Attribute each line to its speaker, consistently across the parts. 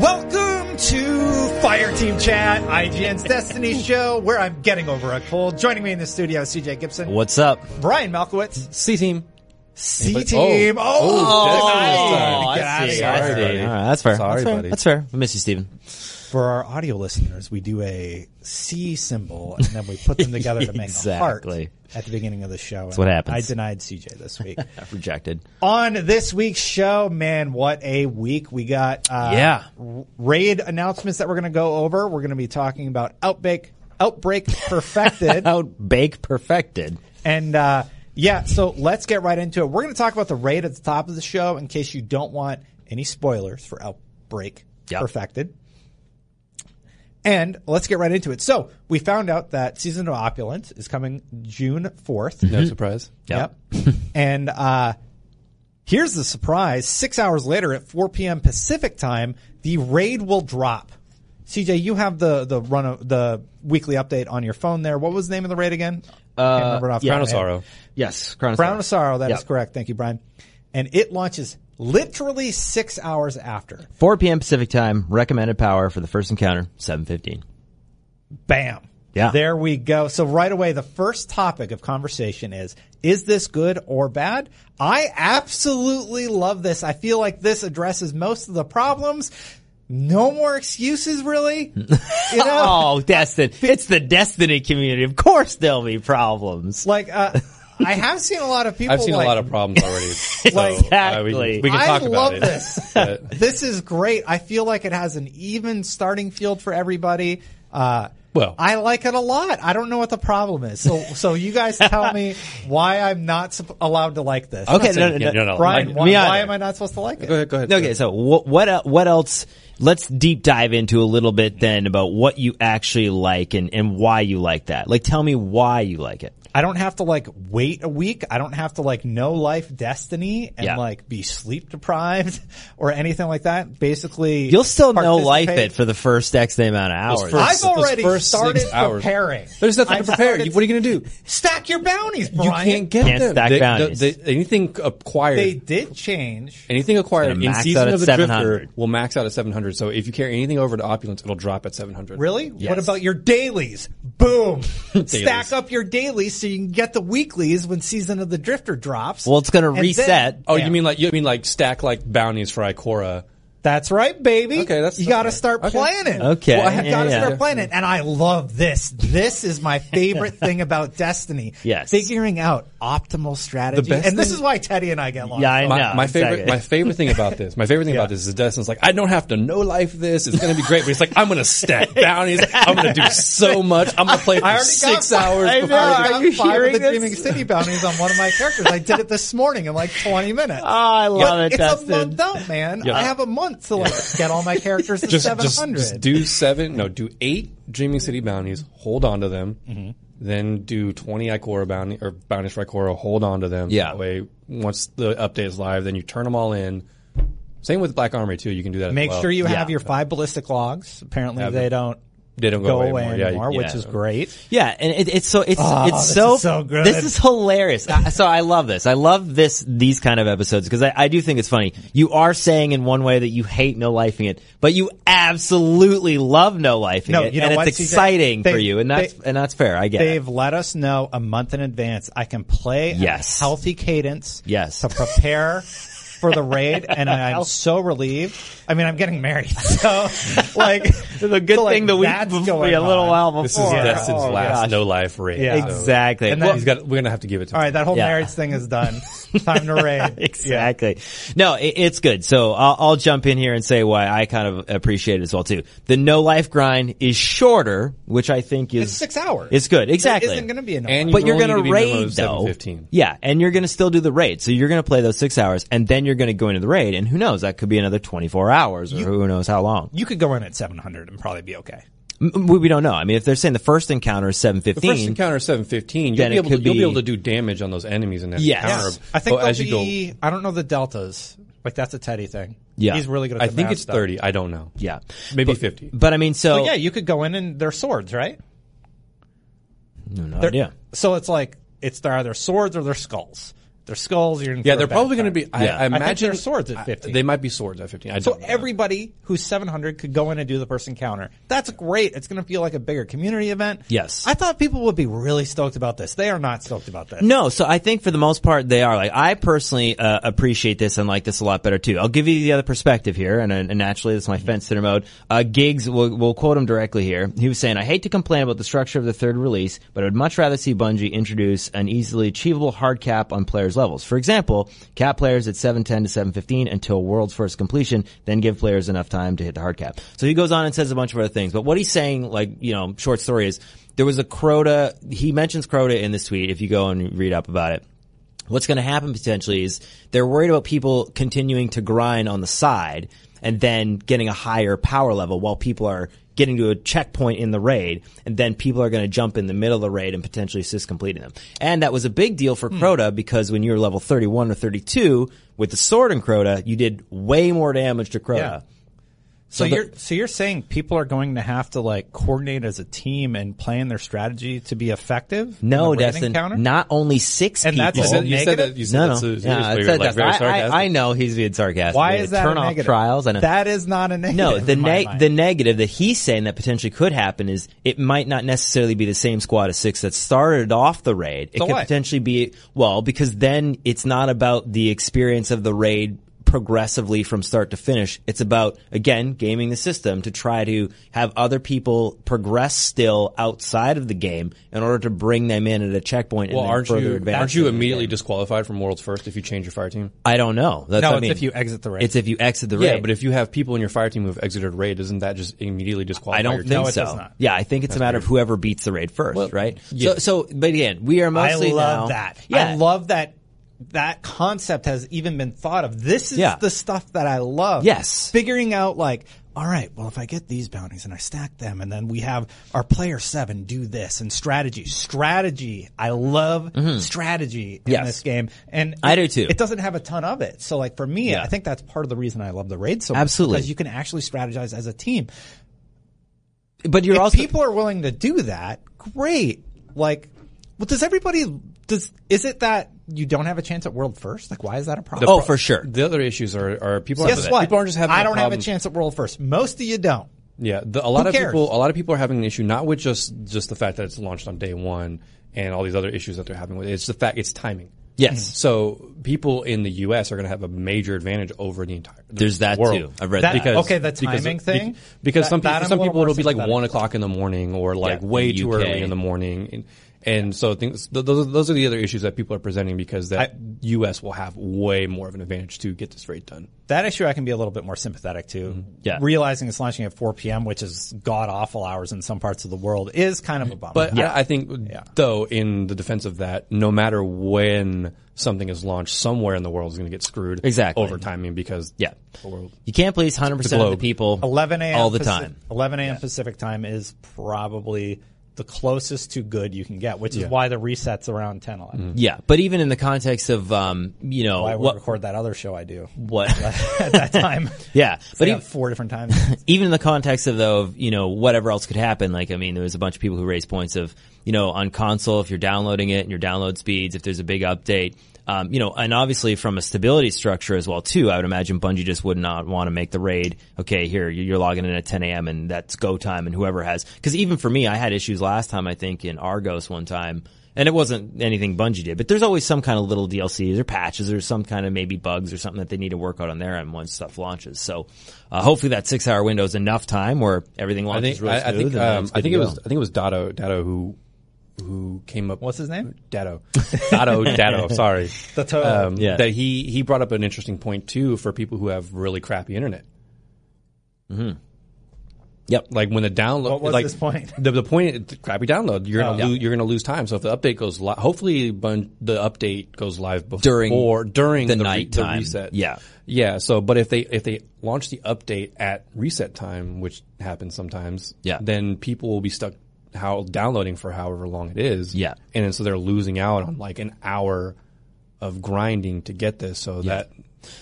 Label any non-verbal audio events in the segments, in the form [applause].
Speaker 1: Welcome to Fire Team Chat, IGN's Destiny show, where I'm getting over a cold. Joining me in the studio, is CJ Gibson,
Speaker 2: What's up?
Speaker 1: Brian Malkowitz,
Speaker 2: C team.
Speaker 1: C Team. Oh,
Speaker 2: Oh,
Speaker 1: tonight.
Speaker 2: I see.
Speaker 1: Get out of
Speaker 2: I
Speaker 1: here.
Speaker 2: see. All right, that's fair.
Speaker 3: Sorry,
Speaker 2: that's fair.
Speaker 3: buddy.
Speaker 2: That's fair. I miss you, Steven.
Speaker 1: For our audio listeners, we do a C symbol, and then we put them together to make a heart
Speaker 2: Exactly.
Speaker 1: at the beginning of the show. That's
Speaker 2: what happens.
Speaker 1: I denied CJ this week.
Speaker 2: Rejected.
Speaker 1: On this week's show, man, what a week we got! Uh,
Speaker 2: Yeah.
Speaker 1: r- raid announcements that we're going to go over. We're going to be talking about outbreak, outbreak perfected,
Speaker 2: [laughs] Out bake perfected.
Speaker 1: and uh, yeah. So let's get right into it. We're going to talk about the raid at the top of the show in case you don't want any spoilers for outbreak
Speaker 2: Yep.
Speaker 1: perfected. And let's get right into it. So we found out that season of opulence is coming June fourth.
Speaker 2: Mm-hmm.
Speaker 3: No surprise.
Speaker 1: Yep.
Speaker 2: [laughs]
Speaker 1: and uh, here's the surprise: six hours later, at 4 p.m. Pacific time, the raid will drop. CJ, you have the the run of the weekly update on your phone there. What was the name of the raid again? Can't remember it off the top of
Speaker 3: Uh, Crown
Speaker 1: my
Speaker 3: of
Speaker 1: head.
Speaker 3: Sorrow.
Speaker 2: Uh, Yes. Crown of
Speaker 1: Brown of Sorrow. That is
Speaker 2: Yep.
Speaker 1: correct. Thank you, Brian. And it launches literally six hours after.
Speaker 2: 4 p.m. Pacific time. Recommended power for the first encounter. 7:15.
Speaker 1: Bam.
Speaker 2: Yeah.
Speaker 1: There we go. So right away, the first topic of conversation is, is this good or bad? I absolutely love this. I feel like this addresses most of the problems. No more excuses,
Speaker 3: [laughs]
Speaker 1: really. You know,
Speaker 2: Oh, Destin. It's the Destiny community. Of course there'll be problems.
Speaker 1: like, uh, I have seen a lot of people.
Speaker 3: I've seen
Speaker 1: like,
Speaker 3: a lot of
Speaker 1: [laughs]
Speaker 3: problems already. So, uh, we,
Speaker 2: Exactly.
Speaker 3: can- we can
Speaker 1: I
Speaker 3: talk
Speaker 1: love
Speaker 3: about it.
Speaker 1: this.
Speaker 3: [laughs] But
Speaker 1: This is great. I feel like it has an even starting field for everybody. Uh,
Speaker 3: Well-
Speaker 1: I like it a lot. I don't know what the problem is. So, so you guys
Speaker 3: [laughs]
Speaker 1: tell me why I'm not sup- allowed to like this.
Speaker 2: Okay, no, no,
Speaker 3: yeah,
Speaker 2: no,
Speaker 3: no, no.
Speaker 1: Brian,
Speaker 2: Like,
Speaker 1: why,
Speaker 2: me
Speaker 1: why
Speaker 2: either.
Speaker 1: am I not supposed to like it?
Speaker 3: go ahead. Go ahead.
Speaker 2: Okay, so what what el- what else? Let's deep dive into a little bit then about what you actually like and and why you like that. Like, tell me why you like it.
Speaker 1: I don't have to like wait a week. I don't have to like know life destiny and
Speaker 2: Yeah.
Speaker 1: like be sleep deprived [laughs] or anything like that. Basically,
Speaker 2: You'll still know life
Speaker 1: participate.
Speaker 2: it for the first X amount of hours.
Speaker 3: first-
Speaker 1: I've
Speaker 3: those
Speaker 1: already
Speaker 3: first six
Speaker 1: started
Speaker 3: hours.
Speaker 1: preparing.
Speaker 3: There's nothing
Speaker 1: I've
Speaker 3: to prepare.
Speaker 1: started-
Speaker 3: You- what are you going to do?
Speaker 1: Stack your bounties,
Speaker 3: You
Speaker 1: Brian.
Speaker 3: can't get
Speaker 2: Can't
Speaker 3: them.
Speaker 2: stack
Speaker 3: They-
Speaker 2: bounties.
Speaker 3: the- the- anything acquired.
Speaker 1: They did change.
Speaker 3: anything acquired
Speaker 2: Gonna
Speaker 3: in
Speaker 2: max
Speaker 3: season
Speaker 2: out
Speaker 3: of
Speaker 2: at
Speaker 3: the drifter
Speaker 2: 700.
Speaker 3: will max out at 700. So if you carry anything over to opulence, it'll drop at 700.
Speaker 1: Really? What
Speaker 2: Yes.
Speaker 1: about your dailies?
Speaker 2: [laughs]
Speaker 1: Boom. Stack up your dailies so you can get the weeklies when Season of the Drifter drops.
Speaker 2: well, it's going to
Speaker 1: And then-
Speaker 2: reset.
Speaker 3: Oh,
Speaker 1: Yeah.
Speaker 3: you mean like you mean like stack like bounties for Ikora?
Speaker 1: That's right, baby.
Speaker 3: Okay, that's-
Speaker 1: you got to
Speaker 3: okay.
Speaker 1: start
Speaker 3: Okay.
Speaker 1: planning.
Speaker 2: Okay.
Speaker 1: Well, I have
Speaker 2: Yeah,
Speaker 1: got to
Speaker 2: yeah.
Speaker 1: start planning, and I love this. This is my favorite thing about
Speaker 2: [laughs]
Speaker 1: Destiny.
Speaker 2: Yes.
Speaker 1: figuring out optimal strategy,
Speaker 3: best
Speaker 1: and this
Speaker 3: thing-
Speaker 1: is why Teddy and I get along.
Speaker 2: Yeah, I
Speaker 1: so
Speaker 2: know.
Speaker 3: My, my favorite,
Speaker 2: exactly.
Speaker 3: my favorite thing about this, my favorite thing about this is Destin's like, I don't have to know life this. It's going to be great, but he's like, I'm going to stack bounties. I'm going to do
Speaker 1: [laughs]
Speaker 3: so much. I'm going to play
Speaker 1: I
Speaker 3: for
Speaker 1: already
Speaker 3: six
Speaker 1: got,
Speaker 3: hours.
Speaker 1: I know,
Speaker 3: before
Speaker 1: I
Speaker 3: the-
Speaker 1: got
Speaker 2: you
Speaker 1: five
Speaker 2: hearing
Speaker 1: of the
Speaker 2: this?
Speaker 1: Dreaming City bounties on one of my characters. I did it this morning in like 20 minutes.
Speaker 2: oh, I love
Speaker 1: But
Speaker 2: it,
Speaker 1: it's
Speaker 2: Dustin.
Speaker 1: a month out, man. I have a month to like get all my characters to
Speaker 3: [laughs] just, just,
Speaker 1: 700.
Speaker 3: just do seven, no, do eight Dreaming City bounties, hold on to them,
Speaker 1: Mm-hmm.
Speaker 3: then do 20 Ikora bounty or bounties for Ikora, hold on to them.
Speaker 2: Yeah.
Speaker 3: That way, once the update is live, then you turn them all in. Same with Black Armory too. You can do that. as
Speaker 1: Make
Speaker 3: well.
Speaker 1: sure you
Speaker 2: yeah.
Speaker 1: have your five ballistic logs. Apparently
Speaker 3: Yeah,
Speaker 1: they don't
Speaker 3: they don't go,
Speaker 1: go
Speaker 3: away,
Speaker 1: away
Speaker 3: Yeah, you-
Speaker 1: anymore, which
Speaker 2: yeah.
Speaker 1: is great.
Speaker 2: Yeah, and it, it's so it's it's
Speaker 1: Oh, this
Speaker 2: so
Speaker 1: is so good.
Speaker 2: This is hilarious. I, so I love this. I love this these kind of episodes because I, I do think it's funny. You are saying in one way that you hate no lifing it, but you absolutely love no lifing
Speaker 1: No,
Speaker 2: it,
Speaker 1: you know
Speaker 2: and
Speaker 1: what,
Speaker 2: it's
Speaker 1: CJ?
Speaker 2: exciting
Speaker 1: They-
Speaker 2: for you, and that's
Speaker 1: they-
Speaker 2: and that's fair. I get it.
Speaker 1: They've let us know a month in advance. I can play at a
Speaker 2: Yes.
Speaker 1: healthy cadence
Speaker 2: Yes.
Speaker 1: to prepare for the
Speaker 2: [laughs]
Speaker 1: raid, and I, am so relieved. I mean, I'm getting married, [laughs]
Speaker 2: [laughs]
Speaker 1: so like
Speaker 2: The good
Speaker 1: so, like,
Speaker 2: thing the week [laughs]
Speaker 1: that's
Speaker 2: before,
Speaker 1: going
Speaker 2: a little
Speaker 1: on.
Speaker 2: while before.
Speaker 3: This is
Speaker 1: Yeah.
Speaker 3: Destin's
Speaker 1: Oh,
Speaker 3: last
Speaker 2: gosh.
Speaker 3: no life raid.
Speaker 1: Yeah.
Speaker 3: so-
Speaker 2: Exactly.
Speaker 1: And
Speaker 2: Well,
Speaker 1: then
Speaker 3: He's got. We're gonna have to give it to.
Speaker 1: All
Speaker 3: him.
Speaker 1: right, that whole
Speaker 2: Yeah.
Speaker 1: marriage thing is done. Time to
Speaker 2: [laughs]
Speaker 1: raid. Yeah.
Speaker 2: exactly. No, it, it's good. So I'll, I'll jump in here and say why I kind of appreciate it as well too. The no life grind is shorter, which I think is
Speaker 1: It's six hours.
Speaker 2: It's good. Exactly.
Speaker 1: It isn't going to be enough.
Speaker 3: And
Speaker 2: but
Speaker 3: You
Speaker 2: you're
Speaker 3: only
Speaker 2: going
Speaker 3: need
Speaker 2: to
Speaker 3: to be
Speaker 2: raid
Speaker 3: minimum
Speaker 2: though.
Speaker 3: 7:15.
Speaker 2: Yeah, and you're going to still do the raid. So you're going to play those six hours, and then you're going to go into the raid, and who knows? That could be another 24 hours, or who knows how long.
Speaker 1: you could go in at 700 and probably be okay.
Speaker 2: M- We, we don't know. I mean, if they're saying the first encounter is 7:15,
Speaker 3: The first encounter seven fifteen. You'll
Speaker 2: Then
Speaker 3: be
Speaker 2: it
Speaker 3: able to
Speaker 2: could
Speaker 3: you'll be
Speaker 2: be-
Speaker 3: able to do damage on those enemies in that
Speaker 2: Yes.
Speaker 3: encounter.
Speaker 2: Yes.
Speaker 1: I think
Speaker 3: but
Speaker 1: they'll
Speaker 3: Oh, as you go,
Speaker 1: be, I don't know the deltas. Like that's a Teddy thing.
Speaker 2: Yeah.
Speaker 1: he's really good. at
Speaker 3: I
Speaker 1: the
Speaker 3: think
Speaker 1: math
Speaker 3: it's
Speaker 1: stuff.
Speaker 3: thirty. I don't know.
Speaker 2: yeah,
Speaker 3: maybe
Speaker 2: But-
Speaker 3: fifty.
Speaker 2: But I mean, so
Speaker 1: But yeah, you could go in and they're swords, right?
Speaker 2: no
Speaker 1: They're-
Speaker 2: idea.
Speaker 1: So it's like it's they're either swords or they're skulls. They're skulls. You're in for
Speaker 3: Yeah,
Speaker 1: a
Speaker 3: they're
Speaker 1: bad
Speaker 3: probably going to
Speaker 1: time.
Speaker 3: be. I,
Speaker 2: Yeah.
Speaker 3: I
Speaker 2: I
Speaker 1: I think
Speaker 3: imagine
Speaker 1: they're swords at
Speaker 3: I-
Speaker 1: fifteen.
Speaker 3: they might be swords at fifteen. I
Speaker 1: so
Speaker 3: don't know.
Speaker 1: everybody who's seven hundred could go in and do the person counter. That's great. It's going to feel like a bigger community event.
Speaker 2: Yes.
Speaker 1: I thought people would be really stoked about this. They are not stoked about this.
Speaker 2: No, so I think for the most part they are. Like I personally uh, appreciate this and like this a lot better too. I'll give you the other perspective here, and, uh, and naturally this is my fence sitter mode. Uh, Gigs, we'll, we'll quote him directly here. He was saying, "I hate to complain about the structure of the third release, but I would much rather see Bungie introduce an easily achievable hard cap on players' levels. For example, cap players at 710 to 715 until World's first completion, then give players enough time to hit the hard cap." So he goes on and says a bunch of other things, but what he's saying, like you know, short story is there was a Crota. He mentions Crota in this tweet. If you go and read up about it, what's going to happen potentially is they're worried about people continuing to grind on the side and then getting a higher power level while people are getting to a checkpoint in the raid and then people are going to jump in the middle of the raid and potentially assist completing them. And that was a big deal
Speaker 1: Hmm.
Speaker 2: for Crota because when you were level 31 or 32 with the sword in Crota, you did way more damage to Crota.
Speaker 1: Yeah. So, you're so you're saying people are going to have to like coordinate as a team and plan their strategy to be effective? in the
Speaker 2: No,
Speaker 1: raid
Speaker 2: Destin,
Speaker 1: encounter?
Speaker 2: not only six
Speaker 1: And that's
Speaker 2: people.
Speaker 1: a
Speaker 3: You said- you said
Speaker 1: Negative?
Speaker 3: that. You said
Speaker 2: No,
Speaker 3: that
Speaker 2: no,
Speaker 3: so-
Speaker 2: no,
Speaker 3: seriously,
Speaker 2: I
Speaker 3: you're,
Speaker 2: said
Speaker 3: like,
Speaker 2: that.
Speaker 3: very
Speaker 2: I,
Speaker 3: sarcastic.
Speaker 2: I, I know he's being sarcastic.
Speaker 1: Why
Speaker 2: Yeah,
Speaker 1: is that
Speaker 2: turn
Speaker 1: a
Speaker 2: off
Speaker 1: negative?
Speaker 2: trials? I know.
Speaker 1: That is not a negative.
Speaker 2: no, the
Speaker 1: in my
Speaker 2: neg
Speaker 1: mind.
Speaker 2: the negative that he's saying that potentially could happen is it might not necessarily be the same squad of six that started off the raid. It
Speaker 1: So
Speaker 2: could
Speaker 1: what?
Speaker 2: potentially be well because then it's not about the experience of the raid progressively from start to finish. It's about again gaming the system to try to have other people progress still outside of the game in order to bring them in at a checkpoint
Speaker 3: Well,
Speaker 2: and then
Speaker 3: aren't
Speaker 2: further
Speaker 3: you
Speaker 2: advance.
Speaker 3: aren't you
Speaker 2: them in the
Speaker 3: immediately
Speaker 2: game.
Speaker 3: disqualified from Worlds First if you change your fire team?
Speaker 2: I don't know. That's
Speaker 1: No,
Speaker 2: what I
Speaker 1: it's
Speaker 2: mean.
Speaker 1: if you exit the raid.
Speaker 2: It's if you exit the raid.
Speaker 3: Yeah, but if you have people in your fire team who have exited raid, doesn't that just immediately disqualify?
Speaker 2: I
Speaker 3: your
Speaker 2: don't
Speaker 3: team?
Speaker 2: think
Speaker 1: it
Speaker 2: so.
Speaker 1: does not.
Speaker 2: Yeah, I think it's a matter of whoever beats the raid first, right? So, so, but again, we are
Speaker 1: I
Speaker 2: mostly now-
Speaker 1: love that.
Speaker 2: Yeah,
Speaker 1: I love that that concept has even been thought of. This is
Speaker 2: Yeah.
Speaker 1: the stuff that I love.
Speaker 2: Yes.
Speaker 1: Figuring out like, all right, well, if I get these bounties and I stack them and then we have our player seven do this and strategy, strategy. I love strategy in
Speaker 2: Mm-hmm. Yes.
Speaker 1: this game. And
Speaker 2: I
Speaker 1: it-
Speaker 2: do too.
Speaker 1: It doesn't have a ton of it. So like for me, I think that's part of the reason I love the raid so much.
Speaker 2: Absolutely.
Speaker 1: Because you can actually strategize as a team
Speaker 2: but you're
Speaker 1: if
Speaker 2: also
Speaker 1: people are willing to do that, great. Like, well, does everybody does? Is it that you don't have a chance at world first? Like, why is that a problem?
Speaker 2: oh for sure.
Speaker 3: The other issues are, are people.
Speaker 1: Guess
Speaker 3: aren't,
Speaker 1: what?
Speaker 3: People aren't just having.
Speaker 1: I don't have a
Speaker 3: problem-
Speaker 1: chance at world first. Most of you don't.
Speaker 3: Yeah, the, a lot of
Speaker 1: cares?
Speaker 3: people. A lot of people are having an issue not with just just the fact that it's launched on day one and all these other issues that they're having with it. It's the fact it's timing. Mm-hmm.
Speaker 2: Yes,
Speaker 3: So people in the U.S. are going to have a major advantage over the entire. the
Speaker 2: There's that
Speaker 3: world.
Speaker 2: too. I've read
Speaker 1: That- oh.
Speaker 2: that.
Speaker 1: because- okay, the
Speaker 3: because-
Speaker 1: timing
Speaker 3: be-
Speaker 1: thing?
Speaker 3: Because
Speaker 1: That-
Speaker 3: some
Speaker 1: that
Speaker 3: people,
Speaker 1: I'm
Speaker 3: some
Speaker 1: a little
Speaker 3: people it'll
Speaker 1: more
Speaker 3: be like
Speaker 1: sympathetic
Speaker 3: one o'clock in the morning or like
Speaker 2: Yeah,
Speaker 3: way
Speaker 2: the
Speaker 3: too
Speaker 2: UK.
Speaker 3: early in the morning, and, and so things, th- those are- those are the other issues that people are presenting because that U.S. will have way more of an advantage to get this rate done.
Speaker 1: That issue I can be a little bit more sympathetic to.
Speaker 2: Mm-hmm. Yeah.
Speaker 1: Realizing it's launching at 4 p.m., which is god awful hours in some parts of the world, is kind of a bummer.
Speaker 3: But I, I think, though, in the defense of that, no matter when something is launched, somewhere in the world is going to get screwed
Speaker 2: Exactly.
Speaker 3: over timing because
Speaker 2: yeah.
Speaker 3: the world-
Speaker 2: You can't please 100 percent of the
Speaker 3: globe.
Speaker 2: people
Speaker 1: 11 a.m.
Speaker 2: all the
Speaker 1: Pacific-
Speaker 2: time.
Speaker 1: 11 a.m. Pacific time is probably the closest to good you can get, which is why the resets around 10, 11.
Speaker 2: Yeah, but even in the context of um, you know
Speaker 1: I would
Speaker 2: what
Speaker 1: record that other show I do [laughs]
Speaker 2: what. [laughs]
Speaker 1: at that time.
Speaker 2: Yeah,
Speaker 1: but
Speaker 2: [laughs] but e- even,
Speaker 1: four different
Speaker 2: [laughs]
Speaker 1: times.
Speaker 2: even in the context of though, of, you know, whatever else could happen, like, I mean, there was a bunch of people who raised points of, you know, on console, if you're downloading it and your download speeds, if there's a big update, um, you know, and obviously from a stability structure as well too, I would imagine Bungie just would not want to make the raid. Okay, here, you- you're logging in at 10 a.m. and that's go time and whoever has, cause even for me, I had issues last time, I think in Argos one time. And it wasn't anything Bungie did, but there's always some kind of little DLCs or patches or some kind of maybe bugs or something that they need to work out on their end once stuff launches. So uh, hopefully that six hour window is enough time where everything
Speaker 3: I
Speaker 2: launches
Speaker 3: think
Speaker 2: really
Speaker 3: I, I
Speaker 2: smooth.
Speaker 3: think
Speaker 2: and then
Speaker 3: um,
Speaker 2: it's
Speaker 3: I
Speaker 2: good
Speaker 3: think
Speaker 2: to
Speaker 3: it
Speaker 2: go.
Speaker 3: was I think it was Dado Dado who who came up.
Speaker 1: What's his name?
Speaker 3: Dado. Dado Dado. Sorry.
Speaker 1: The toe.
Speaker 3: Um,
Speaker 2: Oh, Yeah.
Speaker 3: That he he brought up an interesting point too for people who have really crappy internet.
Speaker 2: Mm-hmm. Yep.
Speaker 3: Like when the download.
Speaker 1: What was
Speaker 3: like,
Speaker 1: this point?
Speaker 3: The, the point the crappy download. You're gonna
Speaker 1: Oh.
Speaker 3: lose, you're gonna lose time. So if the update goes live, hopefully bun- the update goes live before
Speaker 2: During
Speaker 3: or during
Speaker 2: the
Speaker 3: re-
Speaker 2: nighttime.
Speaker 3: reset.
Speaker 2: Yeah.
Speaker 3: Yeah. So, but if they if they launch the update at reset time, which happens sometimes,
Speaker 2: Yeah.
Speaker 3: then people will be stuck how downloading for however long it is.
Speaker 2: Yeah.
Speaker 3: And then so they're losing out on like an hour of grinding to get this. So that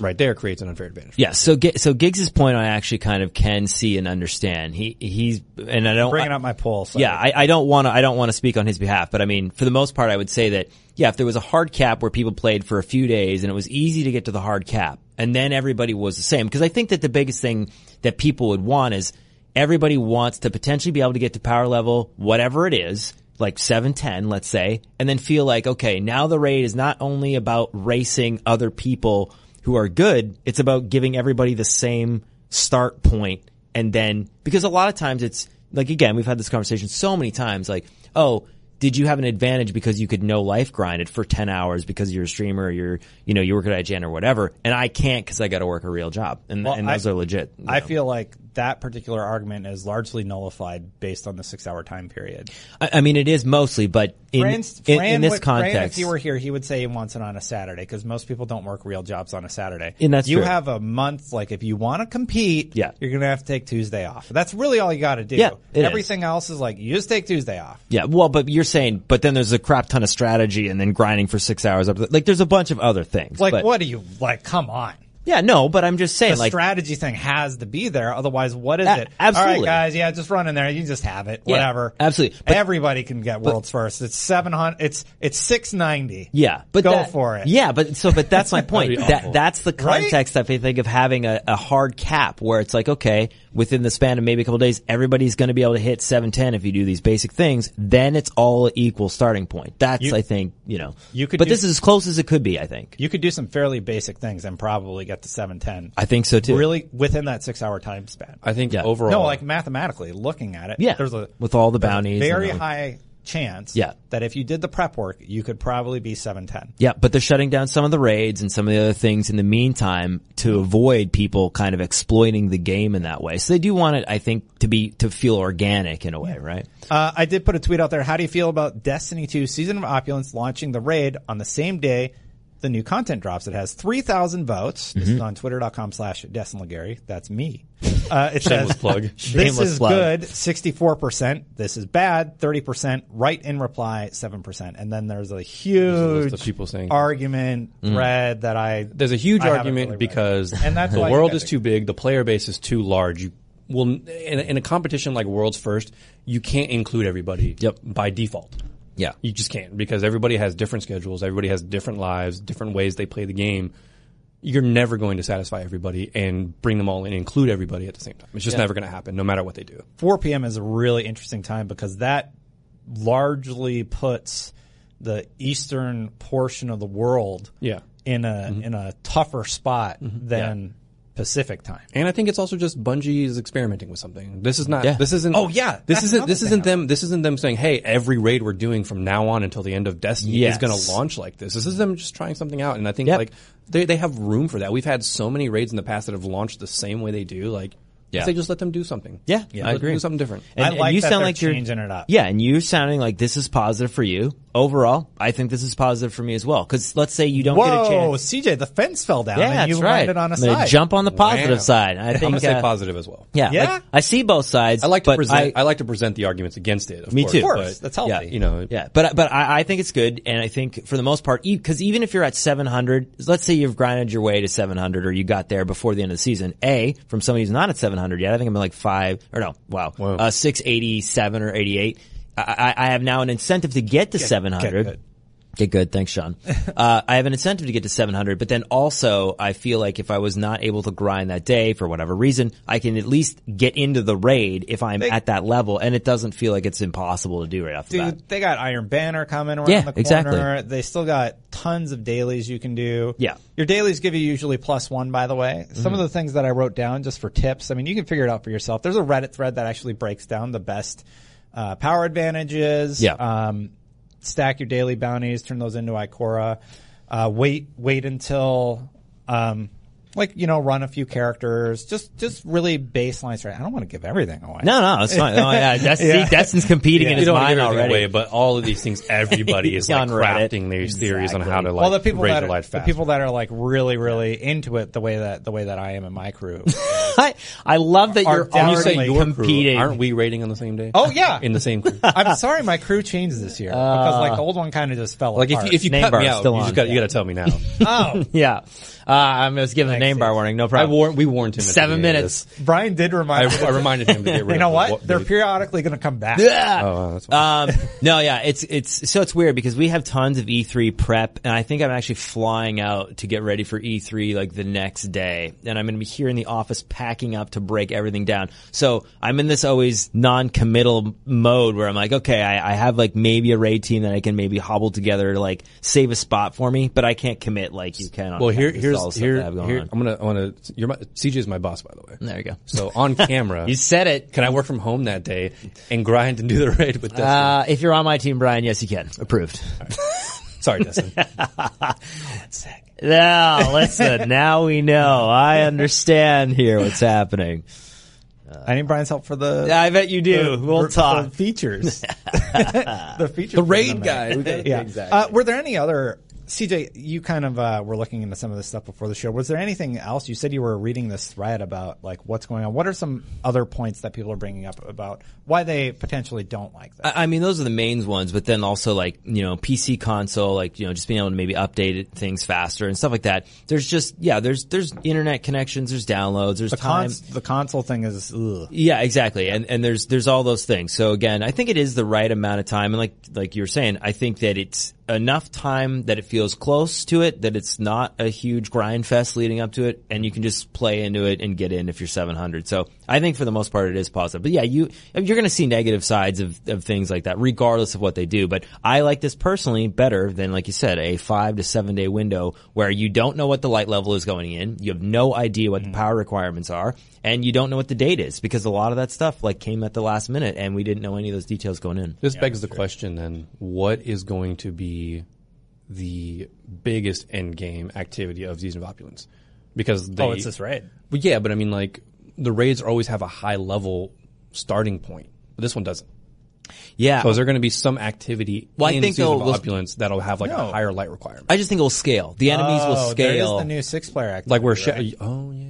Speaker 3: right there creates an unfair advantage.
Speaker 2: Yeah, so Gi- so Giggs's point I actually kind of can see and understand. He he's and I don't
Speaker 1: Bringing up my poll. So.
Speaker 2: yeah, I, I don't want to. I don't want to speak on his behalf, but I mean, for the most part, I would say that yeah, if there was a hard cap where people played for a few days and it was easy to get to the hard cap, and then everybody was the same, because I think that the biggest thing that people would want is everybody wants to potentially be able to get to power level whatever it is, like seven ten, let's say, and then feel like okay, now the raid is not only about racing other people who are good, it's about giving everybody the same start point and then because a lot of times it's like again we've had this conversation so many times like oh did you have an advantage because you could no life grind it for 10 hours because you're a streamer or you're you know you work at IGN or whatever and I can't because I got to work a real job and, and
Speaker 1: I-
Speaker 2: those are legit you
Speaker 1: I
Speaker 2: know.
Speaker 1: feel like that particular argument is largely nullified based on the six-hour time period.
Speaker 2: I, I mean it is mostly but in
Speaker 1: Fran's-
Speaker 2: in,
Speaker 1: Fran
Speaker 2: in this
Speaker 1: would- Fran, if
Speaker 2: context
Speaker 1: he were here, he would say he wants it on a Saturday because most people don't work real jobs on a Saturday.
Speaker 2: And that's
Speaker 1: you
Speaker 2: true.
Speaker 1: have a month. Like if you want to compete,
Speaker 2: Yeah.
Speaker 1: you're gonna have to take Tuesday off. That's really all you got to do.
Speaker 2: Yeah, it is.
Speaker 1: everything else is like you just take Tuesday off.
Speaker 2: yeah well but you're saying but then there's a crap ton of strategy and then grinding for 6 hours up like there's a bunch of other things
Speaker 1: Like
Speaker 2: but-
Speaker 1: what do you like? Come on.
Speaker 2: yeah no but I'm just saying
Speaker 1: The
Speaker 2: like
Speaker 1: strategy thing has to be there, otherwise, what is
Speaker 2: A-
Speaker 1: it? All right,
Speaker 2: absolutely.
Speaker 1: guys, yeah, just run in there. You just have it,
Speaker 2: Yeah,
Speaker 1: whatever.
Speaker 2: absolutely. But-
Speaker 1: Everybody can get worlds first. It's seven hundred. It's it's six ninety.
Speaker 2: Yeah, but
Speaker 1: go
Speaker 2: that-
Speaker 1: for it.
Speaker 2: Yeah, but so but
Speaker 1: [laughs]
Speaker 2: that's my point.
Speaker 3: That'd be
Speaker 2: that
Speaker 3: awful.
Speaker 2: that's the
Speaker 1: Right?
Speaker 2: context that I think of having a, a hard cap where it's like okay, within the span of maybe a couple days, everybody's going to be able to hit seven ten if you do these basic things. Then it's all equal starting point. That's I think you know.
Speaker 1: you could
Speaker 2: but
Speaker 1: do-
Speaker 2: this is as close as it could be. I think.
Speaker 1: You could do some fairly basic things and probably get to seven ten.
Speaker 2: I think so too.
Speaker 1: really within that six hour time span.
Speaker 3: I think
Speaker 2: Yeah.
Speaker 3: overall,
Speaker 1: no, like mathematically looking at it,
Speaker 2: Yeah.
Speaker 1: there's a
Speaker 2: With all the
Speaker 1: there's a
Speaker 2: bounties and
Speaker 1: very
Speaker 2: all-
Speaker 1: high chance
Speaker 2: Yeah.
Speaker 1: that if you did the prep work, you could probably be seven ten.
Speaker 2: Yeah, but they're shutting down some of the raids and some of the other things in the meantime to avoid people kind of exploiting the game in that way. So they do want it, I think, to be to feel organic in a way, right?
Speaker 1: Uh, I did put a tweet out there. How do you feel about Destiny 2 Season of Opulence launching the raid on the same day the new content drops? It has 3,000 votes. This
Speaker 3: Mm-hmm.
Speaker 1: is on twitter.com slash Gary. That's
Speaker 3: [laughs]
Speaker 1: me. Uh, it says,
Speaker 3: plug.
Speaker 1: this
Speaker 2: Shameless
Speaker 1: is
Speaker 2: plug.
Speaker 1: good, 64%. This is bad, 30%. Right in reply, 7%. And then there's a huge
Speaker 3: list of people saying- Mm.
Speaker 1: argument thread that I,
Speaker 3: there's a huge
Speaker 1: I haven't
Speaker 3: argument
Speaker 1: really read.
Speaker 3: because
Speaker 1: And that's
Speaker 3: the
Speaker 1: why you
Speaker 3: world
Speaker 1: gotta-
Speaker 3: is too big, the player base is too large. You will in, a- in a competition like Worlds First, you can't include everybody
Speaker 2: Yep.
Speaker 3: by default.
Speaker 2: Yeah.
Speaker 3: You just can't because everybody has different schedules, everybody has different lives, different ways they play the game. You're never going to satisfy everybody and bring them all in, include everybody at the same time. It's just never going to happen, no matter what they do.
Speaker 1: 4 p.m. is a really interesting time because that largely puts the eastern portion of the world
Speaker 3: Yeah.
Speaker 1: in a in a tougher spot than Pacific time.
Speaker 3: And I think it's also just Bungie is experimenting with something. This is not.
Speaker 2: Yeah.
Speaker 3: This isn't.
Speaker 1: Oh, yeah.
Speaker 3: This
Speaker 1: That's
Speaker 3: isn't.
Speaker 1: another
Speaker 3: This
Speaker 1: thing
Speaker 3: isn't them. This isn't them saying, "Hey, every raid we're doing from now on until the end of Destiny
Speaker 2: Yes.
Speaker 3: is going to launch like this." This is them just trying something out, and I think
Speaker 2: Yep.
Speaker 3: like they they have room for that. We've had so many raids in the past that have launched the same way they do. Like,
Speaker 2: Yeah.
Speaker 3: if they just let them do something.
Speaker 2: Yeah,
Speaker 3: Let
Speaker 2: I
Speaker 3: them
Speaker 2: agree.
Speaker 3: Do something different.
Speaker 1: I like
Speaker 2: you
Speaker 1: that
Speaker 2: sound
Speaker 1: they're
Speaker 2: like you're
Speaker 1: changing it up.
Speaker 2: Yeah, and you're sounding like this is positive for you overall. I think this is positive for me as well. Because let's say you don't get a
Speaker 1: Whoa,
Speaker 2: chance.
Speaker 1: CJ, the fence fell down
Speaker 2: Yeah,
Speaker 1: and
Speaker 2: that's
Speaker 1: you
Speaker 2: right.
Speaker 1: landed on a
Speaker 2: I'm gonna
Speaker 1: side.
Speaker 2: Jump on the positive
Speaker 3: Wow.
Speaker 2: side.
Speaker 1: [laughs]
Speaker 2: I
Speaker 3: I'm
Speaker 2: think
Speaker 3: gonna
Speaker 2: uh,
Speaker 3: stay positive as well.
Speaker 2: Yeah,
Speaker 1: Yeah?
Speaker 2: like, I see both sides.
Speaker 3: I like to
Speaker 2: but
Speaker 3: present.
Speaker 2: I-
Speaker 3: I, like to present the arguments against it. Of
Speaker 2: Me
Speaker 3: course,
Speaker 2: too.
Speaker 1: of course,
Speaker 3: but-
Speaker 1: that's healthy.
Speaker 2: yeah,
Speaker 3: You know.
Speaker 2: yeah, but but I, I think it's good, and I think for the most part, because even if you're at 700, let's say you've grinded your way to 700, or you got there before the end of the season. A from somebody who's not at 700 yet, I think I'm at like five or no, wow, uh, 687 or 88. I, I, I have now an incentive to get to 700.
Speaker 1: good.
Speaker 2: Get good. Thanks, Sean. Uh, I have an incentive to get to 700, but then also I feel like if I was not able to grind that day for whatever reason, I can at least get into the raid if I'm at that level, and it doesn't feel like it's impossible to do right off the bat.
Speaker 1: Dude, they got Iron Banner coming around
Speaker 2: Yeah,
Speaker 1: the corner.
Speaker 2: exactly.
Speaker 1: They still got tons of dailies you can do.
Speaker 2: Yeah. Mm-hmm.
Speaker 1: Your dailies give you usually plus one, by the way. Some of the things that I wrote down just for tips, I mean, you can figure it out for yourself. There's a Reddit thread that actually breaks down the best uh, power advantages.
Speaker 2: Yeah.
Speaker 1: Um, stack your daily bounties, turn those into Ikora. Uh, wait, wait until, um, like, you know, run a few characters. Just, just really baseline right. I don't want to give everything away.
Speaker 2: No, no, it's fine. No,
Speaker 3: [laughs]
Speaker 2: yeah, that's, see, Destin's competing in
Speaker 3: You
Speaker 2: his
Speaker 3: don't wanna
Speaker 2: mind
Speaker 3: give everything
Speaker 2: already.
Speaker 3: away, but all of
Speaker 2: [laughs]
Speaker 3: these things, everybody is
Speaker 2: Yeah,
Speaker 3: like
Speaker 2: on Reddit.
Speaker 3: crafting their theories on how to like
Speaker 1: well, the people
Speaker 3: raise
Speaker 1: that
Speaker 3: their
Speaker 1: are,
Speaker 3: life
Speaker 1: the
Speaker 3: fast.
Speaker 1: people that are like really, really into it the way that the way that I am in my
Speaker 3: [laughs]
Speaker 1: crew.
Speaker 2: I, I love that
Speaker 1: Are
Speaker 2: you're
Speaker 1: down-
Speaker 3: you say
Speaker 2: already
Speaker 3: your
Speaker 2: competing.
Speaker 3: crew, aren't we rating on the same day?
Speaker 1: Oh, yeah.
Speaker 3: in the same crew.
Speaker 1: I'm sorry, my crew changed this year because like the old one kind of just fell
Speaker 3: Uh, like if
Speaker 1: apart.
Speaker 3: you, [laughs] if you
Speaker 2: Name
Speaker 3: cut
Speaker 2: bar
Speaker 3: me
Speaker 2: is
Speaker 3: out,
Speaker 2: still
Speaker 3: you
Speaker 2: on.
Speaker 3: just got you got to tell
Speaker 2: [laughs]
Speaker 3: me now. [laughs]
Speaker 1: oh,
Speaker 2: yeah. Uh, I was giving a name bar
Speaker 1: Steve.
Speaker 2: warning. No
Speaker 3: I
Speaker 2: problem.
Speaker 3: warned we warned him at the
Speaker 2: Seven
Speaker 3: beginning of
Speaker 2: minutes.
Speaker 3: this.
Speaker 1: Brian did remind me.
Speaker 3: I, I reminded him to
Speaker 2: [laughs]
Speaker 3: get rid
Speaker 1: you know
Speaker 3: of
Speaker 1: what?
Speaker 3: what
Speaker 1: They're
Speaker 3: they-
Speaker 1: periodically going to come back.
Speaker 3: Oh, wow, that's fine.
Speaker 2: Um, no, yeah, it's it's so it's weird because we have tons of E3 prep, and I think I'm actually flying out to get ready for E3 like the next day, and I'm going to be here in the office packing up to break everything down. So I'm in this always non-committal mode where I'm like, okay, I, I have like maybe a raid team that I can maybe hobble together to like save a spot for me, but I can't commit like you can. On
Speaker 3: well, here
Speaker 2: campus to all the
Speaker 3: here's
Speaker 2: stuff
Speaker 3: here,
Speaker 2: that I have going
Speaker 3: here
Speaker 2: on.
Speaker 3: I'm gonna I wanna you're my, CJ's my boss by the
Speaker 2: [laughs]
Speaker 3: way.
Speaker 2: There you go.
Speaker 3: So on camera,
Speaker 2: You said it.
Speaker 3: can I work from home that day and grind and do the raid with Destin?
Speaker 2: Uh, if you're on my team, Brian, yes, you can. Approved.
Speaker 3: Sorry,
Speaker 2: [laughs]
Speaker 3: Destin.
Speaker 2: Now, [laughs] listen, now we know. I understand here what's happening.
Speaker 1: I need Brian's help for the.
Speaker 2: I bet you do.
Speaker 1: the-
Speaker 2: Uh, we'll
Speaker 1: for-
Speaker 2: talk.
Speaker 1: for
Speaker 3: [laughs]
Speaker 1: features. [laughs] the feature.
Speaker 3: the raid
Speaker 1: tournament.
Speaker 3: guy. We gotta-
Speaker 1: [laughs] Yeah. Uh, were there any other? CJ, you kind of uh, were looking into some of this stuff before the show. Was there anything else? You said you were reading this thread about like what's going on. What are some other points that people are bringing up about why they potentially don't like that?
Speaker 2: I I mean, those are the main ones, but then also like, you know, PC console, like, you know, just being able to maybe update it, things faster and stuff like that. There's just, yeah, there's, there's internet connections, there's downloads, there's
Speaker 1: the,
Speaker 2: time.
Speaker 1: cons- Oh, the console thing is ugh.
Speaker 2: Yeah, exactly. And and there's there's all those things. So again, I think it is the right amount of time. And like like you were saying, I think that it's enough time that it feels close to it, that it's not a huge grind fest leading up to it, and you can just play into it and get in if you're 700. So I think for the most part it is positive. But yeah, you you're going to see negative sides of of things like that, regardless of what they do. But I like this personally better than like you said, a five to seven day window where you don't know what the light level is going in, you have no idea what the
Speaker 3: Mm-hmm.
Speaker 2: power requirements are, and you don't know what the date is because a lot of that stuff like came at the last minute and we didn't know any of those details going in.
Speaker 3: This begs the question then, what is going to be the biggest end game activity of Season of Opulence?
Speaker 2: Oh,
Speaker 3: Because they,
Speaker 1: raid.
Speaker 3: Well, yeah, but I mean, like the raids always have a high level starting point. But this one doesn't.
Speaker 2: Yeah.
Speaker 3: So is there going to be some activity
Speaker 2: Well, I
Speaker 3: in
Speaker 2: think
Speaker 3: Season
Speaker 2: they'll-
Speaker 3: of
Speaker 2: they'll-
Speaker 3: Opulence that'll have like
Speaker 1: No.
Speaker 3: a higher light requirement?
Speaker 2: I just think it will scale. The enemies will
Speaker 1: Oh, there is
Speaker 2: scale.
Speaker 1: the new six player act.
Speaker 3: like where, Sha- oh yeah,